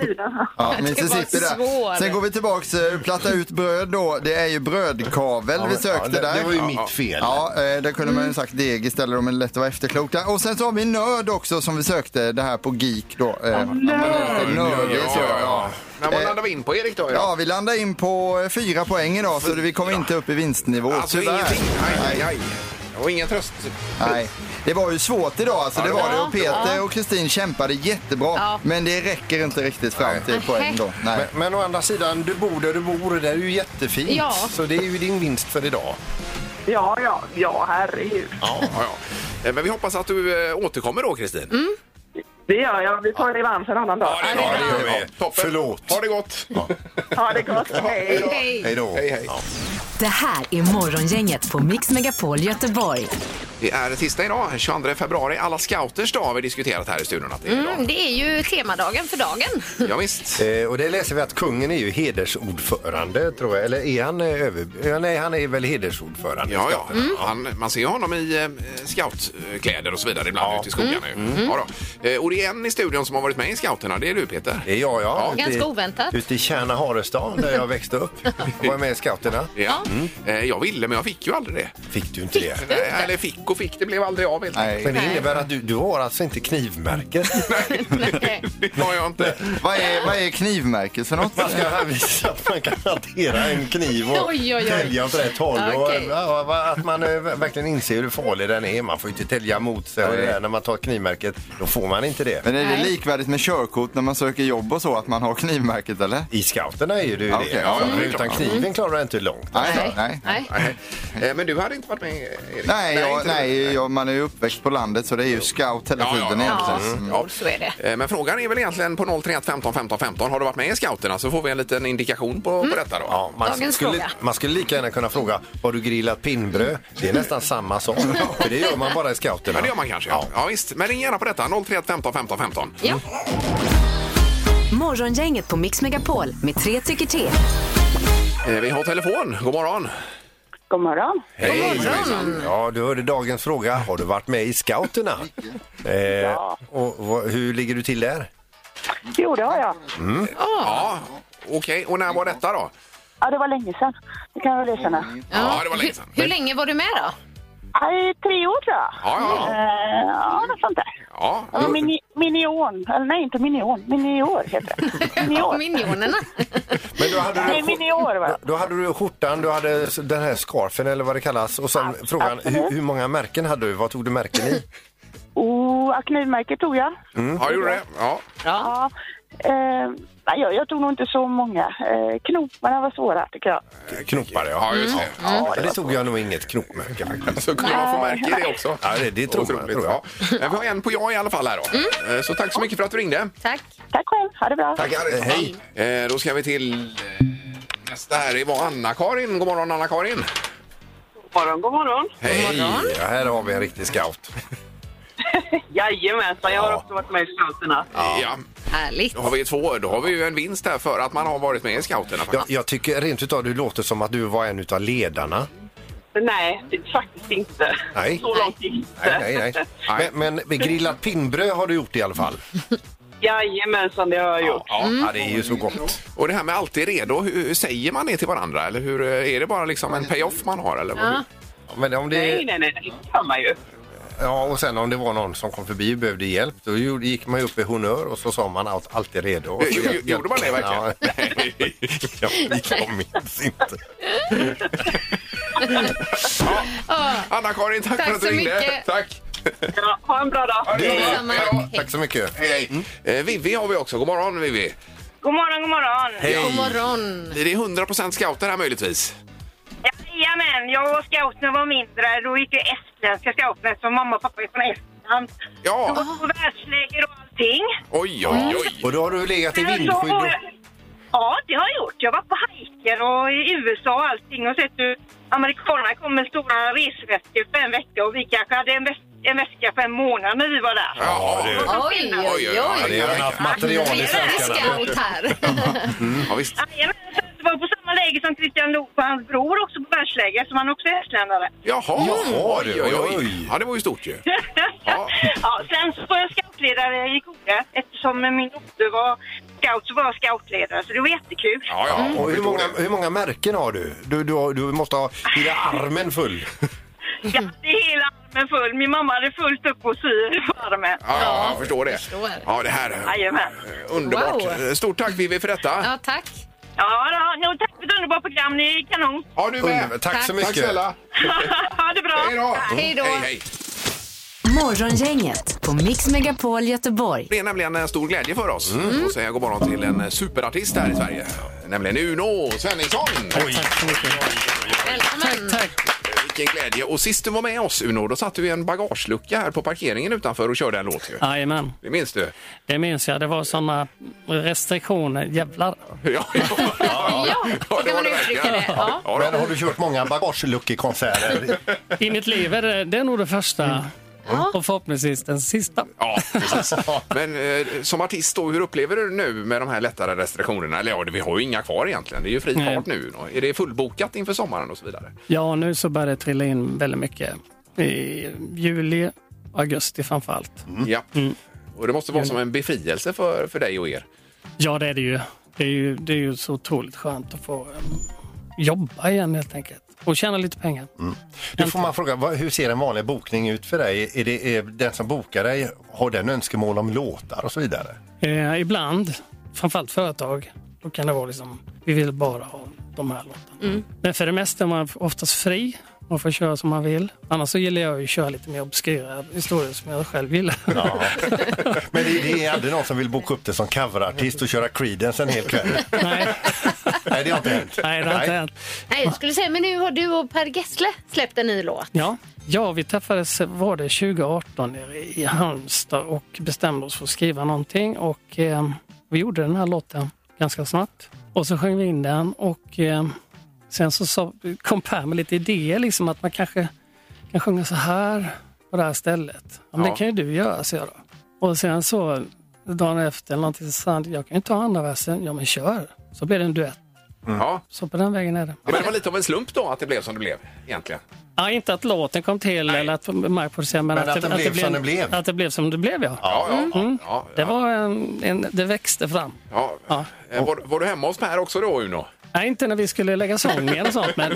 [SPEAKER 7] Ja,
[SPEAKER 6] var
[SPEAKER 7] Mississippi
[SPEAKER 6] svår.
[SPEAKER 7] där. Sen går vi tillbaks, eh, platta ut bröd då. Det är ju brödkavel vi sökte
[SPEAKER 5] det,
[SPEAKER 7] där.
[SPEAKER 5] Det var ju mitt fel.
[SPEAKER 7] Ja, eh, där kunde man ju sagt deg istället om det är lätt att vara efterklok. där. Och sen så har vi nörd också som vi sökte, det här på geek då. Eh, att man är lite nördig, så, ja.
[SPEAKER 4] Men vad
[SPEAKER 7] Eh,
[SPEAKER 4] landar vi in på, Erik? då?
[SPEAKER 7] Ja, vi landar in på eh, fyra poäng idag så vi kommer inte upp i vinstnivå
[SPEAKER 4] Alltså
[SPEAKER 7] tyvärr.
[SPEAKER 4] ingenting. Aj, aj, aj. Och ingen tröst.
[SPEAKER 7] Nej. Det var ju svårt idag alltså, det var det. Och Peter
[SPEAKER 6] Ja.
[SPEAKER 7] och Kristin kämpade jättebra.
[SPEAKER 6] Ja.
[SPEAKER 7] Men det räcker inte riktigt fram till poäng då. Nej.
[SPEAKER 5] Men, men å andra sidan, du bor där du bor och det är ju jättefint.
[SPEAKER 6] Ja.
[SPEAKER 5] Så det är ju din vinst för idag.
[SPEAKER 10] Ja, ja, ja, herregud.
[SPEAKER 4] Ja, ja. Eh, Men vi hoppas att du eh, återkommer då, Kristin.
[SPEAKER 10] Det gör jag. Vi tar revansch en annan dag.
[SPEAKER 4] Ja, det gör
[SPEAKER 5] Ja,
[SPEAKER 4] vi. Toppen.
[SPEAKER 5] förlåt.
[SPEAKER 4] Ha det gott.
[SPEAKER 10] Ha det gott. Hej.
[SPEAKER 6] Hej.
[SPEAKER 5] Hej då.
[SPEAKER 4] Hej, hej.
[SPEAKER 3] Det här är Morgongänget på Mix Megapol Göteborg.
[SPEAKER 4] Det är tisdag idag, 22 februari. Alla scouters dag har vi diskuterat här i studion. Att det är idag.
[SPEAKER 6] Mm, det är ju temadagen för dagen.
[SPEAKER 4] Ja, visst.
[SPEAKER 5] Eh, och det läser vi att kungen är ju hedersordförande, tror jag. Eller är han eh, över... Ja, nej, han är väl hedersordförande. Mm.
[SPEAKER 4] Ja, ja. Han, man ser ju honom i eh, scoutkläder och så vidare ibland ute i skogarna. ju. Ja, då. Eh, och det är en i studion som har varit med i scouterna, det är du Peter.
[SPEAKER 5] Det är jag, ja. Ute i-
[SPEAKER 6] Ganska oväntat.
[SPEAKER 5] Ute i Kärna-Harestad, där jag växte upp. Var med i scouterna.
[SPEAKER 4] Ja. Eh, jag ville, men jag fick ju aldrig det.
[SPEAKER 5] Fick du inte det?
[SPEAKER 4] Nej, Eller fick och fick, det blev aldrig av. helt
[SPEAKER 7] Nej.
[SPEAKER 5] Men det innebär att du, du har alltså inte knivmärket.
[SPEAKER 6] Nej.
[SPEAKER 4] enkelt. Det har jag inte.
[SPEAKER 7] Vad är, vad är knivmärket för något?
[SPEAKER 5] Man ska här visa att man kan hantera en kniv och
[SPEAKER 6] Oj, oj, oj.
[SPEAKER 5] tälja åt rätt håll.
[SPEAKER 6] Okej.
[SPEAKER 5] Och, ja, va- att man eh, verkligen inser hur farlig den är. Man får ju inte tälja mot sig. Och det där, när man tar knivmärket, då får man inte det.
[SPEAKER 7] Men är det
[SPEAKER 6] Nej.
[SPEAKER 7] likvärdigt med körkort när man söker jobb och så, att man har knivmärket eller?
[SPEAKER 5] I scouterna är ju det ju
[SPEAKER 7] Ja,
[SPEAKER 5] det.
[SPEAKER 7] okej, ja,
[SPEAKER 5] För
[SPEAKER 7] ja,
[SPEAKER 4] det är
[SPEAKER 5] Utan
[SPEAKER 4] klart.
[SPEAKER 5] kniven klarar du inte långt.
[SPEAKER 7] Nej, nej.
[SPEAKER 6] Nej.
[SPEAKER 4] Nej. Eh, Men du hade inte varit med, Erik?
[SPEAKER 7] Nej, jag,
[SPEAKER 4] inte
[SPEAKER 7] nej
[SPEAKER 4] du.
[SPEAKER 7] jag, man är ju uppväxt på landet så det är ju scout hela
[SPEAKER 4] Ja, ja,
[SPEAKER 7] tiden
[SPEAKER 4] ja.
[SPEAKER 6] Ja,
[SPEAKER 7] egentligen. Mm.
[SPEAKER 6] jo, så är det.
[SPEAKER 4] Eh, Men frågan är väl egentligen på 031 15 15 15. Har du varit med i scouterna så får vi en liten indikation på, på detta då.
[SPEAKER 5] Ja, man,
[SPEAKER 6] Dagens
[SPEAKER 5] skulle,
[SPEAKER 6] fråga.
[SPEAKER 5] man skulle lika gärna kunna fråga, har du grillat pinnbröd? Det är nästan samma sak. För det gör man bara i scouterna.
[SPEAKER 4] Men det gör man kanske. Ja. ja visst. Men ring gärna på detta. 031 15 15 15.
[SPEAKER 6] Ja.
[SPEAKER 3] Morgongänget på Mix Megapol med tre tycker till.
[SPEAKER 4] Eh, Vi har telefon. God morgon.
[SPEAKER 10] God morgon.
[SPEAKER 4] Hej.
[SPEAKER 5] Ja, du hörde dagens fråga. Har du varit med i scouterna? Eh, och, vad- hur ligger du till där?
[SPEAKER 10] Jo, det har jag.
[SPEAKER 4] Ja, okej. Och när var detta då?
[SPEAKER 10] Ja, det var länge sedan. Det kan jag väl erkänna.
[SPEAKER 4] Ja, det var länge sedan.
[SPEAKER 6] Hur, hur länge var du med då?
[SPEAKER 10] Ja, i tre år tror jag.
[SPEAKER 4] Ja, ja,
[SPEAKER 10] Eh, Ja, något sånt där.
[SPEAKER 4] ja.
[SPEAKER 10] Ja, mini, minion. Eller nej, inte minion. Minior heter det.
[SPEAKER 6] Ja,
[SPEAKER 10] Minior.
[SPEAKER 6] minionerna.
[SPEAKER 5] Men då hade
[SPEAKER 10] Nej,
[SPEAKER 5] du,
[SPEAKER 10] minior va?
[SPEAKER 5] då hade du skjortan, du hade s- den här scarfen eller vad det kallas. Och sen frågan, hur, hur många märken hade du? Vad tog du märken i?
[SPEAKER 10] Oh, knivmärket tog jag.
[SPEAKER 4] Ja, jag gjorde det. Ja.
[SPEAKER 6] Bra.
[SPEAKER 10] Ja. Eh, nej, jag, jag tog nog inte så många. Eh, knoparna var svåra tycker jag.
[SPEAKER 5] Knopar,
[SPEAKER 4] Ja, just det.
[SPEAKER 5] Ja, det tog jag nog inget knopmärke faktiskt.
[SPEAKER 4] Så kunde man få märke i det också.
[SPEAKER 5] Ja, det, det tror jag.
[SPEAKER 4] Otroligt.
[SPEAKER 5] Tror jag.
[SPEAKER 4] Ja. Men Vi har en på ja i alla fall här då. Eh, Så tack så mycket för att du ringde.
[SPEAKER 6] Tack.
[SPEAKER 10] Tack själv. Ha det bra.
[SPEAKER 5] Eh, Hej!
[SPEAKER 4] Eh, Då ska vi till eh, nästa här. Det var Anna-Karin. God morgon Anna-Karin.
[SPEAKER 10] God morgon, god morgon.
[SPEAKER 4] Hej.
[SPEAKER 5] Ja, här har vi en riktig scout.
[SPEAKER 10] Jajamensan, jag har också varit med i scouterna.
[SPEAKER 4] Ja,
[SPEAKER 6] Härligt.
[SPEAKER 4] då har vi två. Då har vi ju en vinst här för att man har varit med i scouterna.
[SPEAKER 5] Jag,
[SPEAKER 4] faktiskt.
[SPEAKER 5] jag tycker rent utav du låter som att du var en utav ledarna.
[SPEAKER 10] Nej, det, faktiskt inte.
[SPEAKER 5] Nej.
[SPEAKER 10] Så långt gick det
[SPEAKER 5] Nej, nej, nej. Men, men grillat pinnbröd har du gjort i alla fall.
[SPEAKER 10] Jajamensan, det har jag gjort.
[SPEAKER 4] Ja.
[SPEAKER 5] Ja, det är ju så gott.
[SPEAKER 4] Och det här med alltid redo, hur hur säger man det till varandra? Eller hur, är det bara liksom en payoff man har? Eller?
[SPEAKER 6] Ja.
[SPEAKER 5] Ja, Men om
[SPEAKER 10] Nej,
[SPEAKER 5] det,
[SPEAKER 10] nej, nej, det kan man ju.
[SPEAKER 5] ja, och sen om det var någon som kom förbi och behövde hjälp, då gjorde- gick man ju upp i honör och så sa man allt, alltid redo. Och så
[SPEAKER 4] Jo, jo,
[SPEAKER 5] hjälp-
[SPEAKER 4] gjorde man det verkligen?
[SPEAKER 5] Ja, nej, jag, jag minns inte.
[SPEAKER 4] Anna-Karin, tack,
[SPEAKER 6] Tack
[SPEAKER 4] för att du
[SPEAKER 6] så
[SPEAKER 4] ringde.
[SPEAKER 6] mycket.
[SPEAKER 4] Tack.
[SPEAKER 10] Ja, ha en bra dag.
[SPEAKER 4] det är bra.
[SPEAKER 6] Detsamma.
[SPEAKER 4] Hej då.
[SPEAKER 5] Tack så mycket.
[SPEAKER 4] Hej, hej.
[SPEAKER 5] Mm.
[SPEAKER 4] Eh, Vivi har vi också. God morgon, Vivi.
[SPEAKER 10] God morgon, god morgon.
[SPEAKER 6] God morgon.
[SPEAKER 4] Blir det 100 scouter här möjligtvis?
[SPEAKER 10] Jajamän, jag var scout när jag var mindre. Då gick jag estländska scouterna som mamma och pappa är från Estland.
[SPEAKER 4] Ja.
[SPEAKER 10] Och världsläger och allting.
[SPEAKER 4] Oj,
[SPEAKER 6] Mm.
[SPEAKER 4] oj, oj.
[SPEAKER 5] Och då har du legat i
[SPEAKER 10] Men så
[SPEAKER 5] vindskydd
[SPEAKER 10] var
[SPEAKER 5] och...
[SPEAKER 10] jag- Ja, det har jag gjort. Jag var på hajker och i USA och allting och sett hur amerikanerna kom med stora resväskor för en vecka och vi kanske hade en, väs- en väska för en månad när vi var där.
[SPEAKER 4] Ja, det-
[SPEAKER 6] Oj, oj,
[SPEAKER 4] Ja,
[SPEAKER 5] Det
[SPEAKER 6] oj.
[SPEAKER 5] är redan haft material
[SPEAKER 6] Vi är
[SPEAKER 5] i
[SPEAKER 6] en
[SPEAKER 5] svenskarna.
[SPEAKER 6] scout här.
[SPEAKER 4] ja visst.
[SPEAKER 10] Jajamän, sen så var jag på samma läger som Christian Lok och hans bror också på världsläger, som han också är estländare.
[SPEAKER 4] Jaha,
[SPEAKER 5] Jaha,
[SPEAKER 4] oj,
[SPEAKER 5] du,
[SPEAKER 4] oj,
[SPEAKER 5] oj,
[SPEAKER 4] oj.
[SPEAKER 5] oj.
[SPEAKER 4] Ja, det var ju stort ju. Ja.
[SPEAKER 10] Ja. sen så var jag scoutledare i Kode eftersom min dotter var scout så var jag scoutledare så det var jättekul.
[SPEAKER 4] Ja, ja.
[SPEAKER 5] Mm. Och hur
[SPEAKER 4] förstår
[SPEAKER 5] många,
[SPEAKER 4] det.
[SPEAKER 5] hur många märken har du? Du, du, har- du måste ha hela armen full.
[SPEAKER 10] Jag hade hela armen full. Min mamma hade fullt upp och sy på armen.
[SPEAKER 4] Ja, ja, jag
[SPEAKER 6] Ja,
[SPEAKER 4] förstår det.
[SPEAKER 6] förstår.
[SPEAKER 4] Ja, det här är
[SPEAKER 10] Jajamän.
[SPEAKER 4] underbart.
[SPEAKER 6] Wow.
[SPEAKER 4] Eh, Stort tack Vivi för detta.
[SPEAKER 6] Ja, tack.
[SPEAKER 10] Ja, ja, no, tack för ett underbart program. Ni är kanon.
[SPEAKER 4] Ja, du är med.
[SPEAKER 5] Tack så mycket.
[SPEAKER 4] Tack snälla.
[SPEAKER 10] ha det bra. då!
[SPEAKER 4] Hej då!
[SPEAKER 6] Hej då.
[SPEAKER 4] Hej, hej.
[SPEAKER 3] Morgongänget på Mix Megapol Göteborg.
[SPEAKER 4] Det är nämligen en stor glädje för oss
[SPEAKER 6] Mm.
[SPEAKER 4] att säga god morgon till en superartist här i Sverige. Nämligen Uno Svenningsson. Oj,
[SPEAKER 6] Välkommen.
[SPEAKER 4] vilken glädje. Och sist du var med oss Uno, då satt du i en bagagelucka här på parkeringen utanför och körde en låt ju.
[SPEAKER 9] Jajamän,
[SPEAKER 4] Det minns du?
[SPEAKER 9] det minns jag. Det var såna restriktioner. Jävlar.
[SPEAKER 4] Ja, ja, ja.
[SPEAKER 6] så kan
[SPEAKER 4] var
[SPEAKER 6] man uttrycka
[SPEAKER 4] verkligen.
[SPEAKER 6] det. Ja.
[SPEAKER 4] Ja,
[SPEAKER 5] Men
[SPEAKER 4] då.
[SPEAKER 5] har du kört många bagageluckekonserter?
[SPEAKER 9] I mitt liv är det, det är nog det första och förhoppningsvis den sista.
[SPEAKER 4] Ja, precis. Men eh, som artist, då, hur upplever du det nu med de här lättare restriktionerna? Eller ja, vi har ju inga kvar egentligen. Det är ju fri
[SPEAKER 9] Nej.
[SPEAKER 4] fart nu. Då. Är det fullbokat inför sommaren och så vidare?
[SPEAKER 9] Ja, nu så börjar det trilla in väldigt mycket. I juli, augusti framför allt.
[SPEAKER 4] Ja.
[SPEAKER 9] Mm.
[SPEAKER 4] Och det måste vara som en befrielse för, för dig och er.
[SPEAKER 9] Ja, det är det ju. Det är ju, det är ju så otroligt skönt att få em, jobba igen helt enkelt. Och tjäna lite pengar.
[SPEAKER 5] Då får man fråga, vad, hur ser en vanlig bokning ut för dig? Är det är den som bokar dig, har den önskemål om låtar och så vidare?
[SPEAKER 9] Eh, ibland, framförallt företag, då kan det vara liksom, vi vill bara ha de här låtarna. Men för det mesta är man oftast fri. Man får köra som man vill. Annars så gillar jag ju att köra lite mer obskyra historier som jag själv gillar.
[SPEAKER 5] Ja. Men det, det är aldrig någon som vill boka upp det som coverartist och köra Creedence en hel kväll?
[SPEAKER 9] Nej,
[SPEAKER 5] Nej, det har inte hänt.
[SPEAKER 9] nej, det har inte hänt.
[SPEAKER 6] Nej, jag skulle säga, men nu har du och Per Gessle släppt en ny låt.
[SPEAKER 9] Ja, ja, vi träffades, var det 2018 nere i Halmstad och bestämde oss för att skriva någonting och eh, vi gjorde den här låten ganska snabbt. Och så sjöng vi in den och eh, sen så sa, kom Per med lite idéer liksom att man kanske kan sjunga så här på det här stället. Ja, men
[SPEAKER 4] Ja.
[SPEAKER 9] det kan ju du göra, så jag då. Och sen så dagen efter eller någonting så sa han, jag kan ju ta andra versen. Ja, men kör. Så blev det en duett.
[SPEAKER 4] Mm. Ja.
[SPEAKER 9] Så på den vägen är det.
[SPEAKER 4] Men det var lite av en slump då att det blev som det blev egentligen.
[SPEAKER 9] Ja, inte att låten kom till eller att Mark producerade, men,
[SPEAKER 5] Men att den blev som den blev.
[SPEAKER 9] Att det blev som det blev, ja.
[SPEAKER 4] Ja, ja,
[SPEAKER 9] Mm.
[SPEAKER 4] ja, ja,
[SPEAKER 9] Det, var en, en, det växte fram.
[SPEAKER 4] ja.
[SPEAKER 9] Ja.
[SPEAKER 4] Eh, Var, var du hemma hos Per också då, Uno?
[SPEAKER 9] Nej, inte när vi skulle lägga sången och sånt, men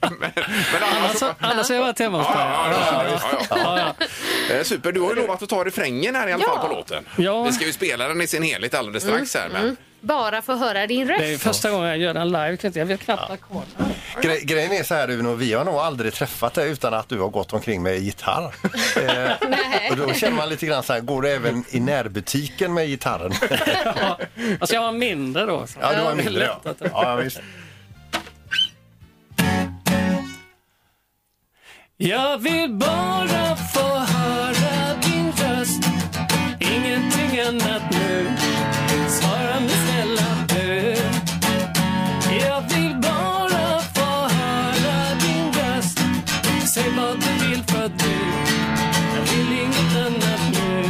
[SPEAKER 4] men, men annars...
[SPEAKER 9] annars,
[SPEAKER 4] Ja,
[SPEAKER 9] annars har jag varit hemma hos
[SPEAKER 4] ja,
[SPEAKER 9] Per.
[SPEAKER 4] ja, ja, ja. Eh, Super, du har ju lovat att ta refrängen här i alla fall på låten.
[SPEAKER 9] Ja. Mm.
[SPEAKER 4] Vi ska ju spela den i sin helhet alldeles strax här. Men...
[SPEAKER 6] Bara för att höra din
[SPEAKER 9] Det är ju
[SPEAKER 6] röst.
[SPEAKER 9] första gången jag gör den live. kan jag inte- Jag vet knappt ackorden.
[SPEAKER 5] Gre grejen är så här Uno, vi har nog aldrig träffat dig utan att du har gått omkring med gitarr. Eh, och då känner man lite grann så här, går du även i närbutiken med gitarren?
[SPEAKER 9] Alltså, jag var mindre då. Så.
[SPEAKER 5] ja, du har en mindre ja. ja visst.
[SPEAKER 9] Jag vill bara få höra din röst Ingenting annat nu Svara mig snälla du Jag vill bara få höra din röst Säg vad du vill för att du Jag vill inget annat nu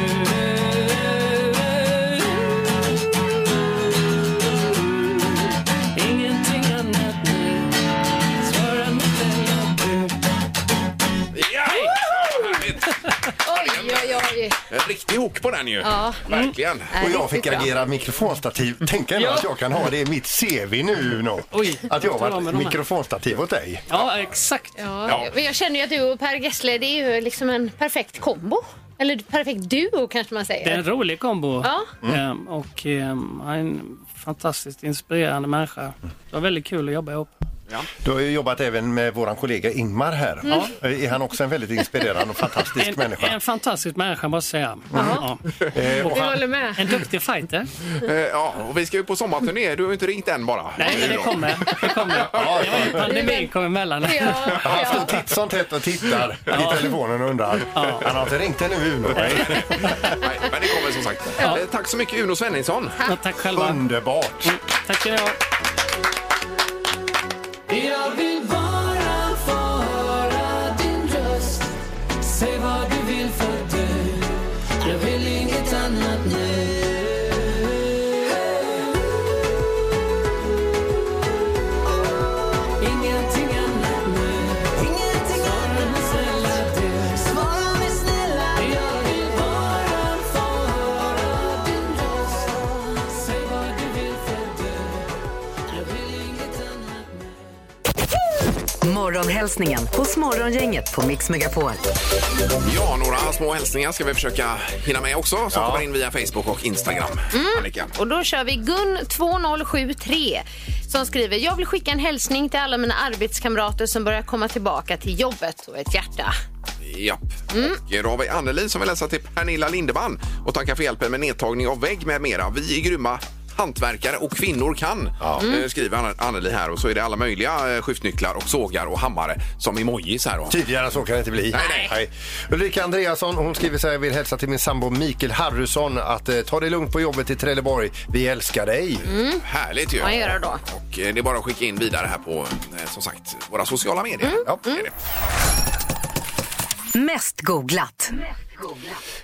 [SPEAKER 9] Ingenting annat nu Svara mig snälla du
[SPEAKER 4] Ja! Härligt.
[SPEAKER 6] Oj, oj, oj.
[SPEAKER 4] En riktig hook på den ju.
[SPEAKER 6] Ja.
[SPEAKER 9] Mm.
[SPEAKER 4] Verkligen.
[SPEAKER 9] Äh.
[SPEAKER 5] Och jag fick agera mikrofonstativ. Tänk ändå att jag kan ha det i mitt CV nu Uno.
[SPEAKER 9] Oj,
[SPEAKER 5] Att jag har
[SPEAKER 9] ta med
[SPEAKER 5] varit
[SPEAKER 9] dem här.
[SPEAKER 5] mikrofonstativ åt dig.
[SPEAKER 9] Ja, exakt.
[SPEAKER 6] Ja, men jag känner ju att du och Per Gessle, det är ju liksom en perfekt kombo. Eller perfekt duo kanske man
[SPEAKER 9] Det är
[SPEAKER 6] säger.
[SPEAKER 9] en rolig kombo.
[SPEAKER 6] Ja.
[SPEAKER 9] Ehm, och ehm, han är en fantastiskt inspirerande människa. Det var väldigt kul att jobba ihop.
[SPEAKER 5] Du har ju jobbat även med våran kollega Ingmar här. Eh, Är han också en väldigt inspirerande och fantastisk
[SPEAKER 9] Mm. En,
[SPEAKER 5] människa?
[SPEAKER 9] en fantastisk människa måste jag säga. Ja.
[SPEAKER 6] Vi håller med.
[SPEAKER 9] En duktig fighter.
[SPEAKER 4] Eh, Ja, och vi ska ju på sommarturné. Du har ju inte ringt än bara.
[SPEAKER 9] Nej, men det kommer. Det kommer. Det var ju pandemin kom emellan.
[SPEAKER 6] Ja,
[SPEAKER 5] Han står
[SPEAKER 6] ja.
[SPEAKER 5] titt som tätt och tittar i telefonen och undrar. Han har inte ringt ännu Uno. Nej.
[SPEAKER 4] Nej, men det kommer som sagt. Eh, Tack så mycket Uno Svenningsson.
[SPEAKER 9] Ja, tack själva.
[SPEAKER 5] Underbart!
[SPEAKER 9] Tack ska ni ha. Jag vill bara få höra din röst Säg vad du vill för du Jag vill inget annat nu Ingenting annat nu Svara mig snälla du Jag vill bara få höra din röst Säg vad du vill för du
[SPEAKER 3] Morgonhälsningen hos Morgongänget på Mix Megapol.
[SPEAKER 4] Ja, några små hälsningar ska vi försöka hinna med också som kommer in via Facebook och Instagram.
[SPEAKER 6] Mm.
[SPEAKER 4] Annika.
[SPEAKER 6] Och då kör vi Gun 2073 som skriver Jag vill skicka en hälsning till alla mina arbetskamrater som börjar komma tillbaka till jobbet och ett hjärta.
[SPEAKER 4] Japp.
[SPEAKER 6] Mm.
[SPEAKER 4] Och eh, då har vi Anneli som vill läsa till Pernilla Lindeman och tacka för hjälpen med nedtagning av vägg med mera. Vi är grymma hantverkare och kvinnor kan, eh, skriver Ann- Anneli här. Och så är det alla möjliga eh, skiftnycklar och sågar och hammare som emojis här då.
[SPEAKER 5] Tidigare än så kan det inte bli.
[SPEAKER 4] Nej, nej.
[SPEAKER 5] Ulrika Andreasson hon skriver så här, vill hälsa till min sambo Mikael Harrison att eh, ta det lugnt på jobbet i Trelleborg. Vi älskar dig.
[SPEAKER 4] Härligt ju.
[SPEAKER 6] Vad gör jag då?
[SPEAKER 4] Och eh, det är bara att skicka in vidare här på eh, som sagt våra sociala medier.
[SPEAKER 6] Mm.
[SPEAKER 4] Ja, det är det.
[SPEAKER 3] Mest googlat.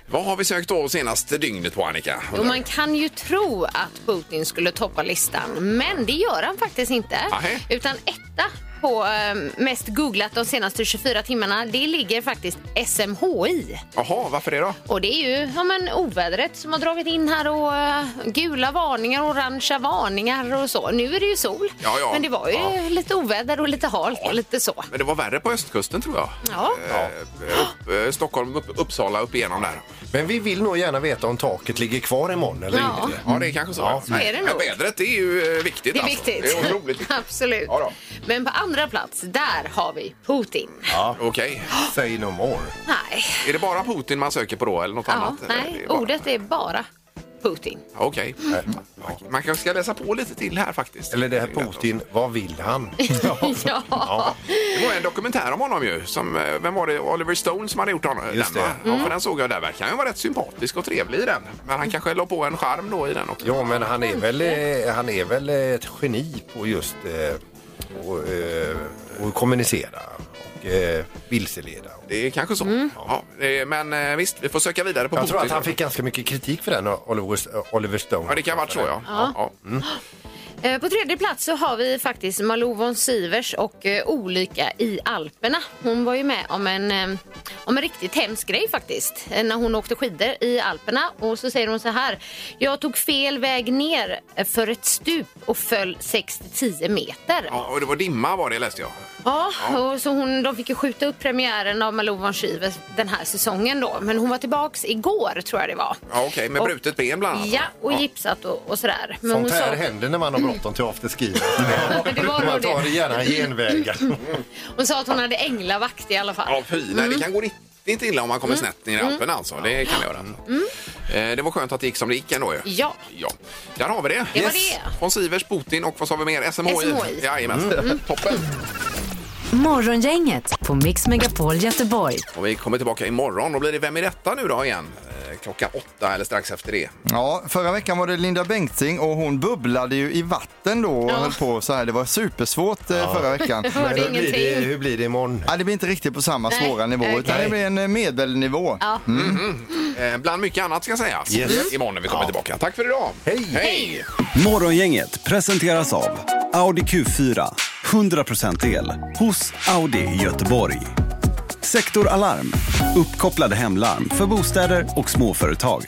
[SPEAKER 4] Vad har vi sökt då senaste dygnet på Annika?
[SPEAKER 6] Och man kan ju tro att Putin skulle toppa listan, men det gör han faktiskt inte.
[SPEAKER 4] Nej.
[SPEAKER 6] Utan etta på eh, mest googlat de senaste 24 timmarna, det ligger faktiskt SMHI.
[SPEAKER 4] Jaha, varför det då?
[SPEAKER 6] Och det är ju ja, men, ovädret som har dragit in här och eh, gula varningar, orangea varningar och så. Nu är det ju sol,
[SPEAKER 4] Ja, ja.
[SPEAKER 6] men det var ju
[SPEAKER 4] Ja.
[SPEAKER 6] lite oväder och lite halt och lite så.
[SPEAKER 4] Men det var värre på östkusten tror jag.
[SPEAKER 6] Ja.
[SPEAKER 4] Eh, upp, eh, Stockholm, upp, Uppsala, upp igenom där.
[SPEAKER 5] Men vi vill nog gärna veta om taket ligger kvar imorgon eller
[SPEAKER 6] Ja.
[SPEAKER 5] inte.
[SPEAKER 4] Ja, det är kanske så.
[SPEAKER 5] Ja,
[SPEAKER 6] så är det
[SPEAKER 4] Men
[SPEAKER 6] nog.
[SPEAKER 4] vädret är ju eh, viktigt.
[SPEAKER 6] Det är
[SPEAKER 4] alltså.
[SPEAKER 6] viktigt.
[SPEAKER 4] Det är otroligt viktigt.
[SPEAKER 6] Absolut.
[SPEAKER 4] Ja, då.
[SPEAKER 6] Men på andra plats, där har vi Putin.
[SPEAKER 4] Okej.
[SPEAKER 5] Say no more.
[SPEAKER 6] Nej,
[SPEAKER 4] Är det bara Putin man söker på då eller något
[SPEAKER 6] ja,
[SPEAKER 4] annat? Det
[SPEAKER 6] nej.
[SPEAKER 4] är bara-
[SPEAKER 6] ordet är bara Putin.
[SPEAKER 4] Okej. Man- Man kanske ska läsa på lite till här faktiskt.
[SPEAKER 5] Eh, Eller det här Putin, vad vill han?
[SPEAKER 6] ja.
[SPEAKER 4] Det var en dokumentär om honom ju. Som, eh, vem var det? Oliver Stone som hade gjort honom.
[SPEAKER 5] Just
[SPEAKER 4] den, va?
[SPEAKER 5] det.
[SPEAKER 4] Ja,
[SPEAKER 6] Mm.
[SPEAKER 4] för den såg jag där. Verkar han vara rätt sympatisk och trevlig i den. Men han kanske la på en charm då i den också.
[SPEAKER 5] Ja, men han är väl, eh, han är väl ett geni på just eh, och, eh, och kommunicera och eh, vilseleda.
[SPEAKER 4] Det är kanske så.
[SPEAKER 6] Mm.
[SPEAKER 4] Ja, eh, men eh, visst, vi får söka vidare på
[SPEAKER 5] Jag
[SPEAKER 4] Putin.
[SPEAKER 5] tror att han fick ganska mycket kritik för den, Oliver, Oliver Stone.
[SPEAKER 4] Ja, det kan ha varit så ja. ja. ja.
[SPEAKER 6] Eh, På tredje plats så har vi faktiskt Malou von Sivers och eh, Olycka i Alperna. Hon var ju med om en, eh, om en riktigt hemsk grej faktiskt. eh, När hon åkte skidor i Alperna. Och så säger hon så här. Jag tog fel väg ner för ett stup och föll 6-10 meter.
[SPEAKER 4] Ja, och det var dimma var det läste jag.
[SPEAKER 6] Ja, och så hon, de fick ju skjuta upp premiären av Malou von Sivers den här säsongen då. Men hon var tillbaks igår tror jag det var.
[SPEAKER 4] Ja, okej, med
[SPEAKER 6] Och-
[SPEAKER 4] brutet ben bland annat.
[SPEAKER 6] Ja, och gipsat och, och sådär. Men
[SPEAKER 5] Sånt
[SPEAKER 6] hon
[SPEAKER 5] här
[SPEAKER 6] sa-
[SPEAKER 5] händer när man har bråttom till afterski.
[SPEAKER 6] men det var nog
[SPEAKER 5] man
[SPEAKER 6] det.
[SPEAKER 5] tar gärna genvägar.
[SPEAKER 6] Hon sa att hon hade änglavakt i alla fall.
[SPEAKER 4] Ja, fy. Nej,
[SPEAKER 6] Mm.
[SPEAKER 4] det kan gå riktigt illa om man kommer snett ner i Alperna alltså. Det kan det göra. Eh, Det var skönt att det gick som det gick ändå ju.
[SPEAKER 6] Mm. Ja.
[SPEAKER 4] Ja, där har vi det.
[SPEAKER 6] Det var det.
[SPEAKER 4] Von Sivers, Putin och vad sa vi mer? SMHI.
[SPEAKER 6] SMHI.
[SPEAKER 4] Jajamän.
[SPEAKER 6] Mm.
[SPEAKER 4] Toppen.
[SPEAKER 3] Morgongänget på Mix Megapol Göteborg.
[SPEAKER 4] Och vi kommer tillbaka imorgon. Då blir det Vem är detta nu då igen? Eh, Klockan åtta eller strax efter det.
[SPEAKER 7] Ja, förra veckan var det Linda Bengtzing och hon bubblade ju i vatten då och höll på så här. Det var supersvårt eh, förra veckan.
[SPEAKER 6] Jag hörde
[SPEAKER 5] Hur blir det,
[SPEAKER 6] ingenting.
[SPEAKER 5] hur blir det imorgon?
[SPEAKER 7] Ja, det blir inte riktigt på samma
[SPEAKER 6] Nej,
[SPEAKER 7] svåra nivå utan
[SPEAKER 5] okej.
[SPEAKER 7] det blir en eh, medelnivå.
[SPEAKER 6] Ja.
[SPEAKER 4] Eh, Bland mycket annat ska sägas.
[SPEAKER 5] Yes. Mm.
[SPEAKER 4] Imorgon när vi kommer tillbaka. Tack för idag.
[SPEAKER 5] Hej.
[SPEAKER 4] Hej.
[SPEAKER 9] Morgongänget presenteras av Audi Q4. 100% el hos Audi Göteborg. Sektor Alarm. Uppkopplade hemlarm för bostäder och småföretag.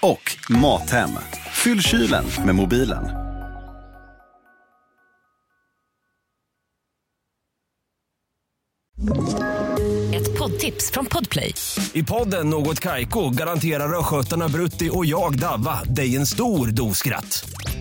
[SPEAKER 9] Och Mathem. Fyll kylen med mobilen.
[SPEAKER 3] Ett poddtips från Podplay.
[SPEAKER 9] I podden Något Kaiko garanterar östgötarna Brutti och jag, Davva, dig en stor dos skratt.